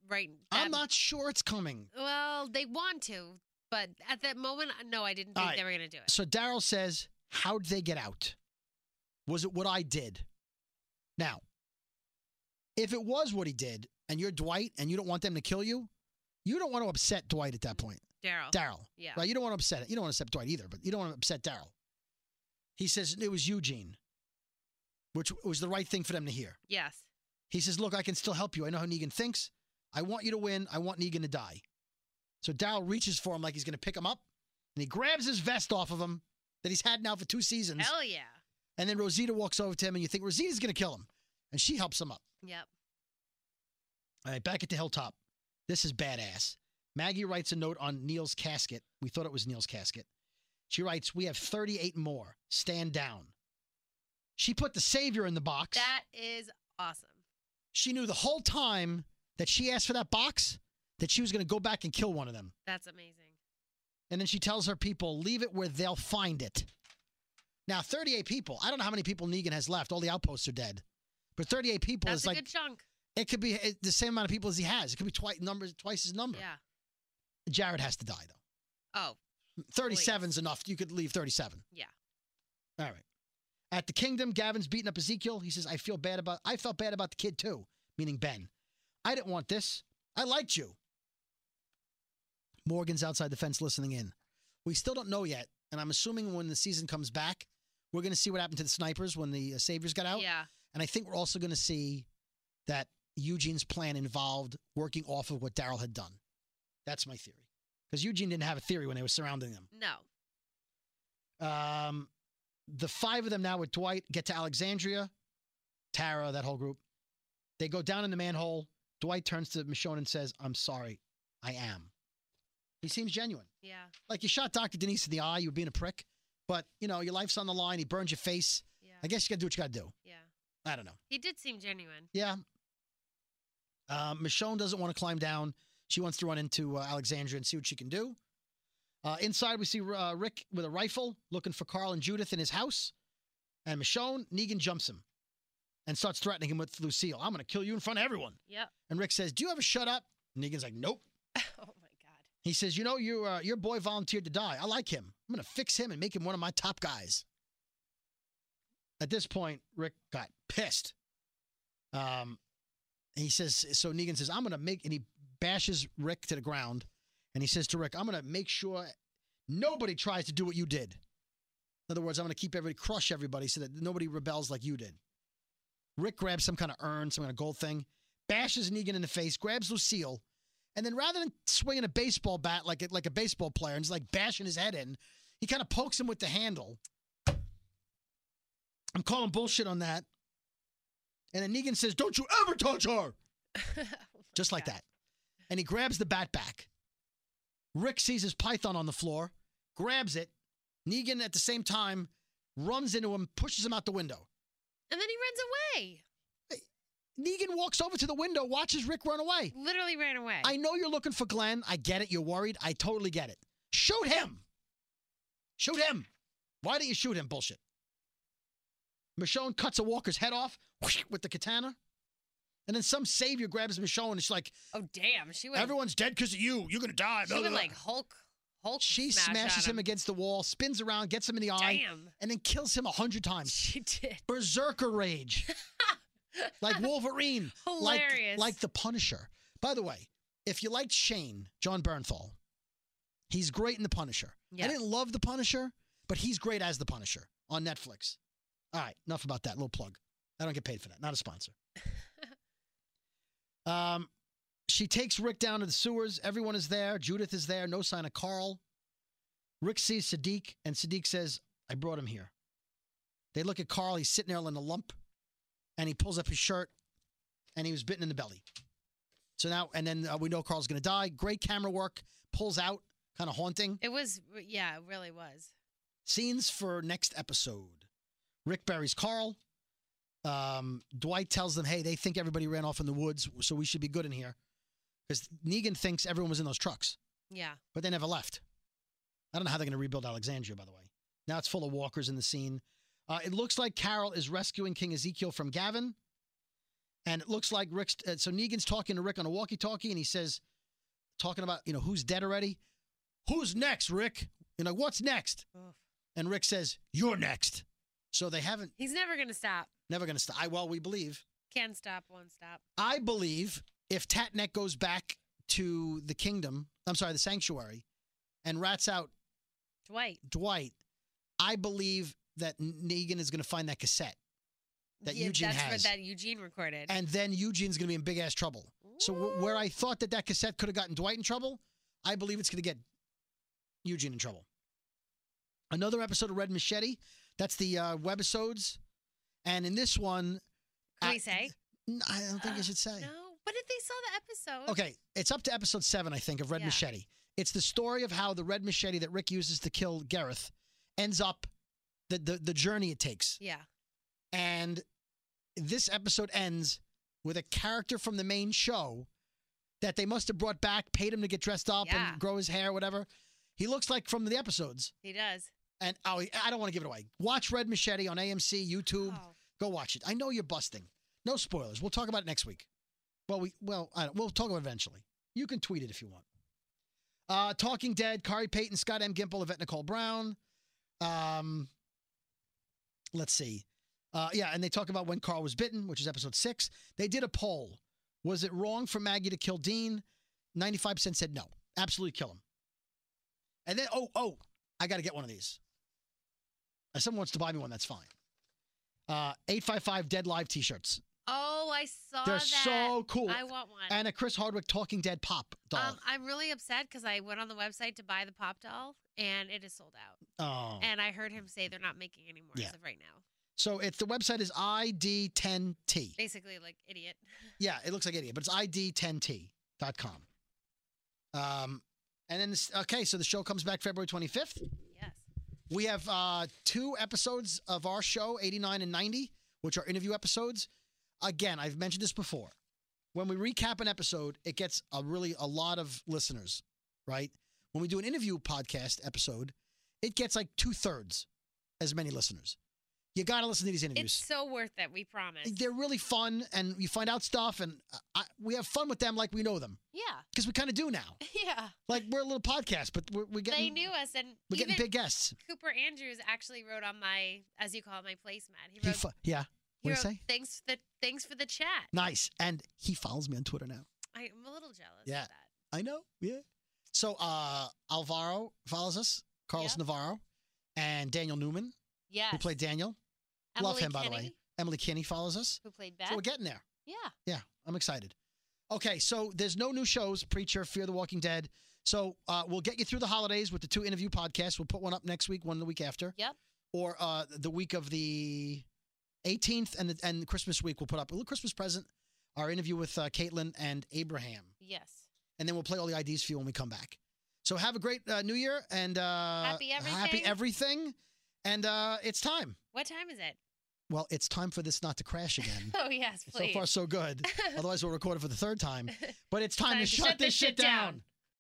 C: right."
B: I'm
C: that-
B: not sure it's coming.
C: Well, they want to, but at that moment, uh, no, I didn't
B: All
C: think
B: right.
C: they were going to do it.
B: So Daryl says, How'd they get out? Was it what I did? Now, if it was what he did, and you're Dwight and you don't want them to kill you, you don't want to upset Dwight at that point.
C: Daryl.
B: Daryl.
C: Oh, yeah.
B: Right? You don't want to upset it. You don't want to upset Dwight either, but you don't want to upset Daryl. He says it was Eugene, which was the right thing for them to hear.
C: Yes.
B: He says, Look, I can still help you. I know how Negan thinks. I want you to win. I want Negan to die. So Daryl reaches for him like he's going to pick him up, and he grabs his vest off of him that he's had now for two seasons.
C: Hell yeah.
B: And then Rosita walks over to him, and you think Rosita's going to kill him. And she helps him up.
C: Yep.
B: All right, back at the hilltop. This is badass. Maggie writes a note on Neil's casket. We thought it was Neil's casket. She writes, We have 38 more. Stand down. She put the savior in the box.
C: That is awesome.
B: she knew the whole time that she asked for that box that she was going to go back and kill one of them.
C: That's amazing.
B: And then she tells her people, leave it where they'll find it. Now, 38 people. I don't know how many people Negan has left. All the outposts are dead. But 38 people
C: That's
B: is
C: a
B: like,
C: good chunk.
B: it could be eh, the same amount of people as he has. It could be twice, numbers, twice his number.
C: Yeah.
B: Jared has to die, though.
C: Oh,
B: 37's enough. You could leave 37.
C: Yeah.
B: All right. At the kingdom, Gavin's beating up Ezekiel. He says, I feel bad about I felt bad about the kid too, meaning Ben. I didn't want this. I liked you. Morgan's outside the fence listening in. We still don't know yet, and I'm assuming when the season comes back, we're going to see what happened to the snipers when the uh, saviors got out.
C: Yeah.
B: And I think we're also going to see that Eugene's plan involved working off of what Daryl had done. That's my theory. Because Eugene didn't have a theory when they were surrounding them.
C: No.
B: Um, the five of them now with Dwight get to Alexandria, Tara, that whole group. They go down in the manhole. Dwight turns to Michonne and says, I'm sorry, I am. He seems genuine.
C: Yeah.
B: Like you shot Dr. Denise in the eye, you were being a prick, but you know, your life's on the line. He burns your face.
C: Yeah.
B: I guess you gotta do what you gotta do.
C: yeah.
B: I don't know.
C: He did seem genuine.
B: Yeah. Uh, Michonne doesn't want to climb down. She wants to run into uh, Alexandria and see what she can do. Uh, inside, we see uh, Rick with a rifle looking for Carl and Judith in his house. And Michonne, Negan jumps him and starts threatening him with Lucille. I'm going to kill you in front of everyone.
C: Yep.
B: And Rick says, Do you ever shut up? Negan's like, Nope.
C: Oh my god.
B: He says, You know, you, uh, your boy volunteered to die. I like him. I'm going to fix him and make him one of my top guys. At this point, Rick got pissed. Um, he says, So Negan says, I'm going to make, and he bashes Rick to the ground. And he says to Rick, I'm going to make sure nobody tries to do what you did. In other words, I'm going to keep everybody, crush everybody so that nobody rebels like you did. Rick grabs some kind of urn, some kind of gold thing, bashes Negan in the face, grabs Lucille, and then rather than swinging a baseball bat like a, like a baseball player and just like bashing his head in, he kind of pokes him with the handle. I'm calling bullshit on that. And then Negan says, "Don't you ever touch her!"
C: Oh my
B: Just like
C: God.
B: that. And he grabs the bat back. Rick sees his python on the floor, grabs it. Negan at the same time runs into him, pushes him out the window.
C: And then he runs away.
B: Negan walks over to the window, watches Rick run away.
C: Literally ran away.
B: I know you're looking for Glenn. I get it. You're worried. I totally get it. Shoot him. Shoot him. Why don't you shoot him? Bullshit. Michonne cuts a walker's head off whoosh, with the katana. And then some savior grabs Michonne and she's like,
C: oh damn. She went.
B: everyone's dead because of you. You're going to die.
C: She
B: blah,
C: went
B: blah,
C: like
B: blah."
C: Hulk. Hulk.
B: she
C: smash
B: smashes
C: on
B: him against the wall, spins around, gets him in the eye,
C: Damn.
B: and then kills him a hundred times.
C: She did.
B: Berserker rage. like Wolverine. like-
C: Hilarious.
B: Like, the Punisher. By the way, if you liked Shane, John Bernthal, he's great in The Punisher.
C: Yeah.
B: I didn't love The Punisher, but he's great as The Punisher on Netflix. All right, enough about that. Little plug. I don't get paid for that. Not a sponsor. um, she takes Rick down to the sewers. Everyone is there. Judith is there. No sign of Carl. Rick sees Sadiq, and Sadiq says, I brought him here. They look at Carl. He's sitting there in a lump, and he pulls up his shirt, and he was bitten in the belly. So now, and then uh, we know Carl's going to die. Great camera work. Pulls out, kind of haunting.
C: It was. Yeah. It really was.
B: Scenes for next episode. Rick buries Carl. Um, Dwight tells them, hey, they think everybody ran off in the woods, so we should be good in here. Because Negan thinks everyone was in those trucks,
C: Yeah.
B: but they never left. I don't know how they're going to rebuild Alexandria, by the way. Now it's full of walkers in the scene. Uh, it looks like Carol is rescuing King Ezekiel from Gavin. And it looks like Rick's. Uh, so Negan's talking to Rick on a walkie talkie, and he says, talking about, you know, who's dead already? Who's next, Rick? You know, what's next?
C: Oof.
B: And Rick says, You're next. So they haven't,
C: He's never gonna stop.
B: never going to stop. I, well, we believe.
C: Can stop. Won't stop.
B: I believe if Tatnek goes back to the kingdom, I'm sorry, the sanctuary, and rats out
C: Dwight.
B: Dwight, I believe that Negan is going to find that cassette. That Eugene
C: That's
B: has.
C: what that Eugene recorded.
B: And then Eugene's going to be in big ass trouble. So wh- where I thought that that cassette could have gotten Dwight in trouble, I believe it's going to get Eugene in trouble. Another episode of Red Machete. That's the uh, webisodes. And in this one,
C: Can
B: I-
C: we say?
B: N- I don't think I should say.
C: No. But if they saw the episode.
B: Okay, it's up to episode seven, I think, of Red
C: Yeah.
B: Machete. It's the story of how the red machete that Rick uses to kill Gareth ends up the the, the journey it takes.
C: Yeah.
B: And this episode ends with a character from the main show that they must have brought back, paid him to get dressed up
C: Yeah.
B: and grow his hair, whatever. He looks like from the episodes.
C: He does.
B: And oh, I don't want to give it away. Watch Red Machete on AMC, YouTube.
C: Oh.
B: Go watch it. I know you're busting. No spoilers. We'll talk about it next week. Well, we well, I don't, we'll talk about it eventually. You can tweet it if you want. Uh, Talking Dead, Kari Payton, Scott M. Gimple, Yvette Nicole Brown. Um, let's see. Uh, yeah, and they talk about when Carl was bitten, which is episode six. They did a poll. Was it wrong for Maggie to kill Dean? 95% said no. Absolutely kill him. And then, oh, oh, I got to get one of these. If someone wants to buy me one, that's fine. Uh, 855 Dead Live t shirts.
C: Oh, I saw
B: They're
C: that.
B: so cool.
C: I want one.
B: and a Chris Hardwick Talking Dead pop doll.
C: um, I'm really upset because I went on the website to buy the pop doll and it is sold out.
B: oh.
C: And I heard him say they're not making any more
B: Yeah.
C: as of right now.
B: So it's the website is ID10T.
C: Basically, like idiot.
B: Yeah, it looks like idiot, but it's ID10T.com. Um, and then, this, okay, so the show comes back February 25th.
C: Yes.
B: We have uh, two episodes of our show, 89 and 90, which are interview episodes. Again, I've mentioned this before. When we recap an episode, it gets a really a lot of listeners, right? When we do an interview podcast episode, it gets like two thirds as many listeners. You got to listen to these
C: It's
B: interviews.
C: so worth it. We promise.
B: They're really fun, and you find out stuff, and uh, I, we have fun with them like we know them
C: Yeah.
B: because we kind of do now.
C: Yeah.
B: Like we're a little podcast, but we're, we're
C: they
B: getting
C: knew us and
B: we're
C: even
B: getting big guests.
C: Cooper Andrews actually wrote on my, as you call it, my placemat. He
B: He
C: wrote,
B: fu- yeah,
C: he
B: what'd
C: wrote
B: he say?
C: thanks for the thanks for the chat.
B: nice. And he follows me on Twitter now.
C: I'm a little jealous
B: Yeah.
C: of that.
B: I know. Yeah. So uh Alvaro follows us, Carlos
C: Yep.
B: Navarro, and Daniel Newman,
C: Yeah.
B: who played Daniel. Love him, by the way. Emily Kinney follows us.
C: Who played Beth?
B: So we're getting there.
C: yeah.
B: Yeah, I'm excited. Okay, so there's no new shows, Preacher, Fear the Walking Dead. So uh, we'll get you through the holidays with the two interview podcasts. We'll put one up next week, one the week after.
C: Yep.
B: Or uh, the week of the 18th and the, and Christmas week, we'll put up a little Christmas present, our interview with uh, Caitlin and Abraham.
C: Yes.
B: and then we'll play all the IDs for you when we come back. So have a great uh, New Year and uh,
C: Happy
B: happy
C: everything.
B: everything. And uh, it's time.
C: What time is it?
B: Well, it's time for this not to crash again.
C: Oh yes,
B: so
C: please.
B: far, so good. Otherwise, we'll record it for the third time. But it's time to shut, this shit down.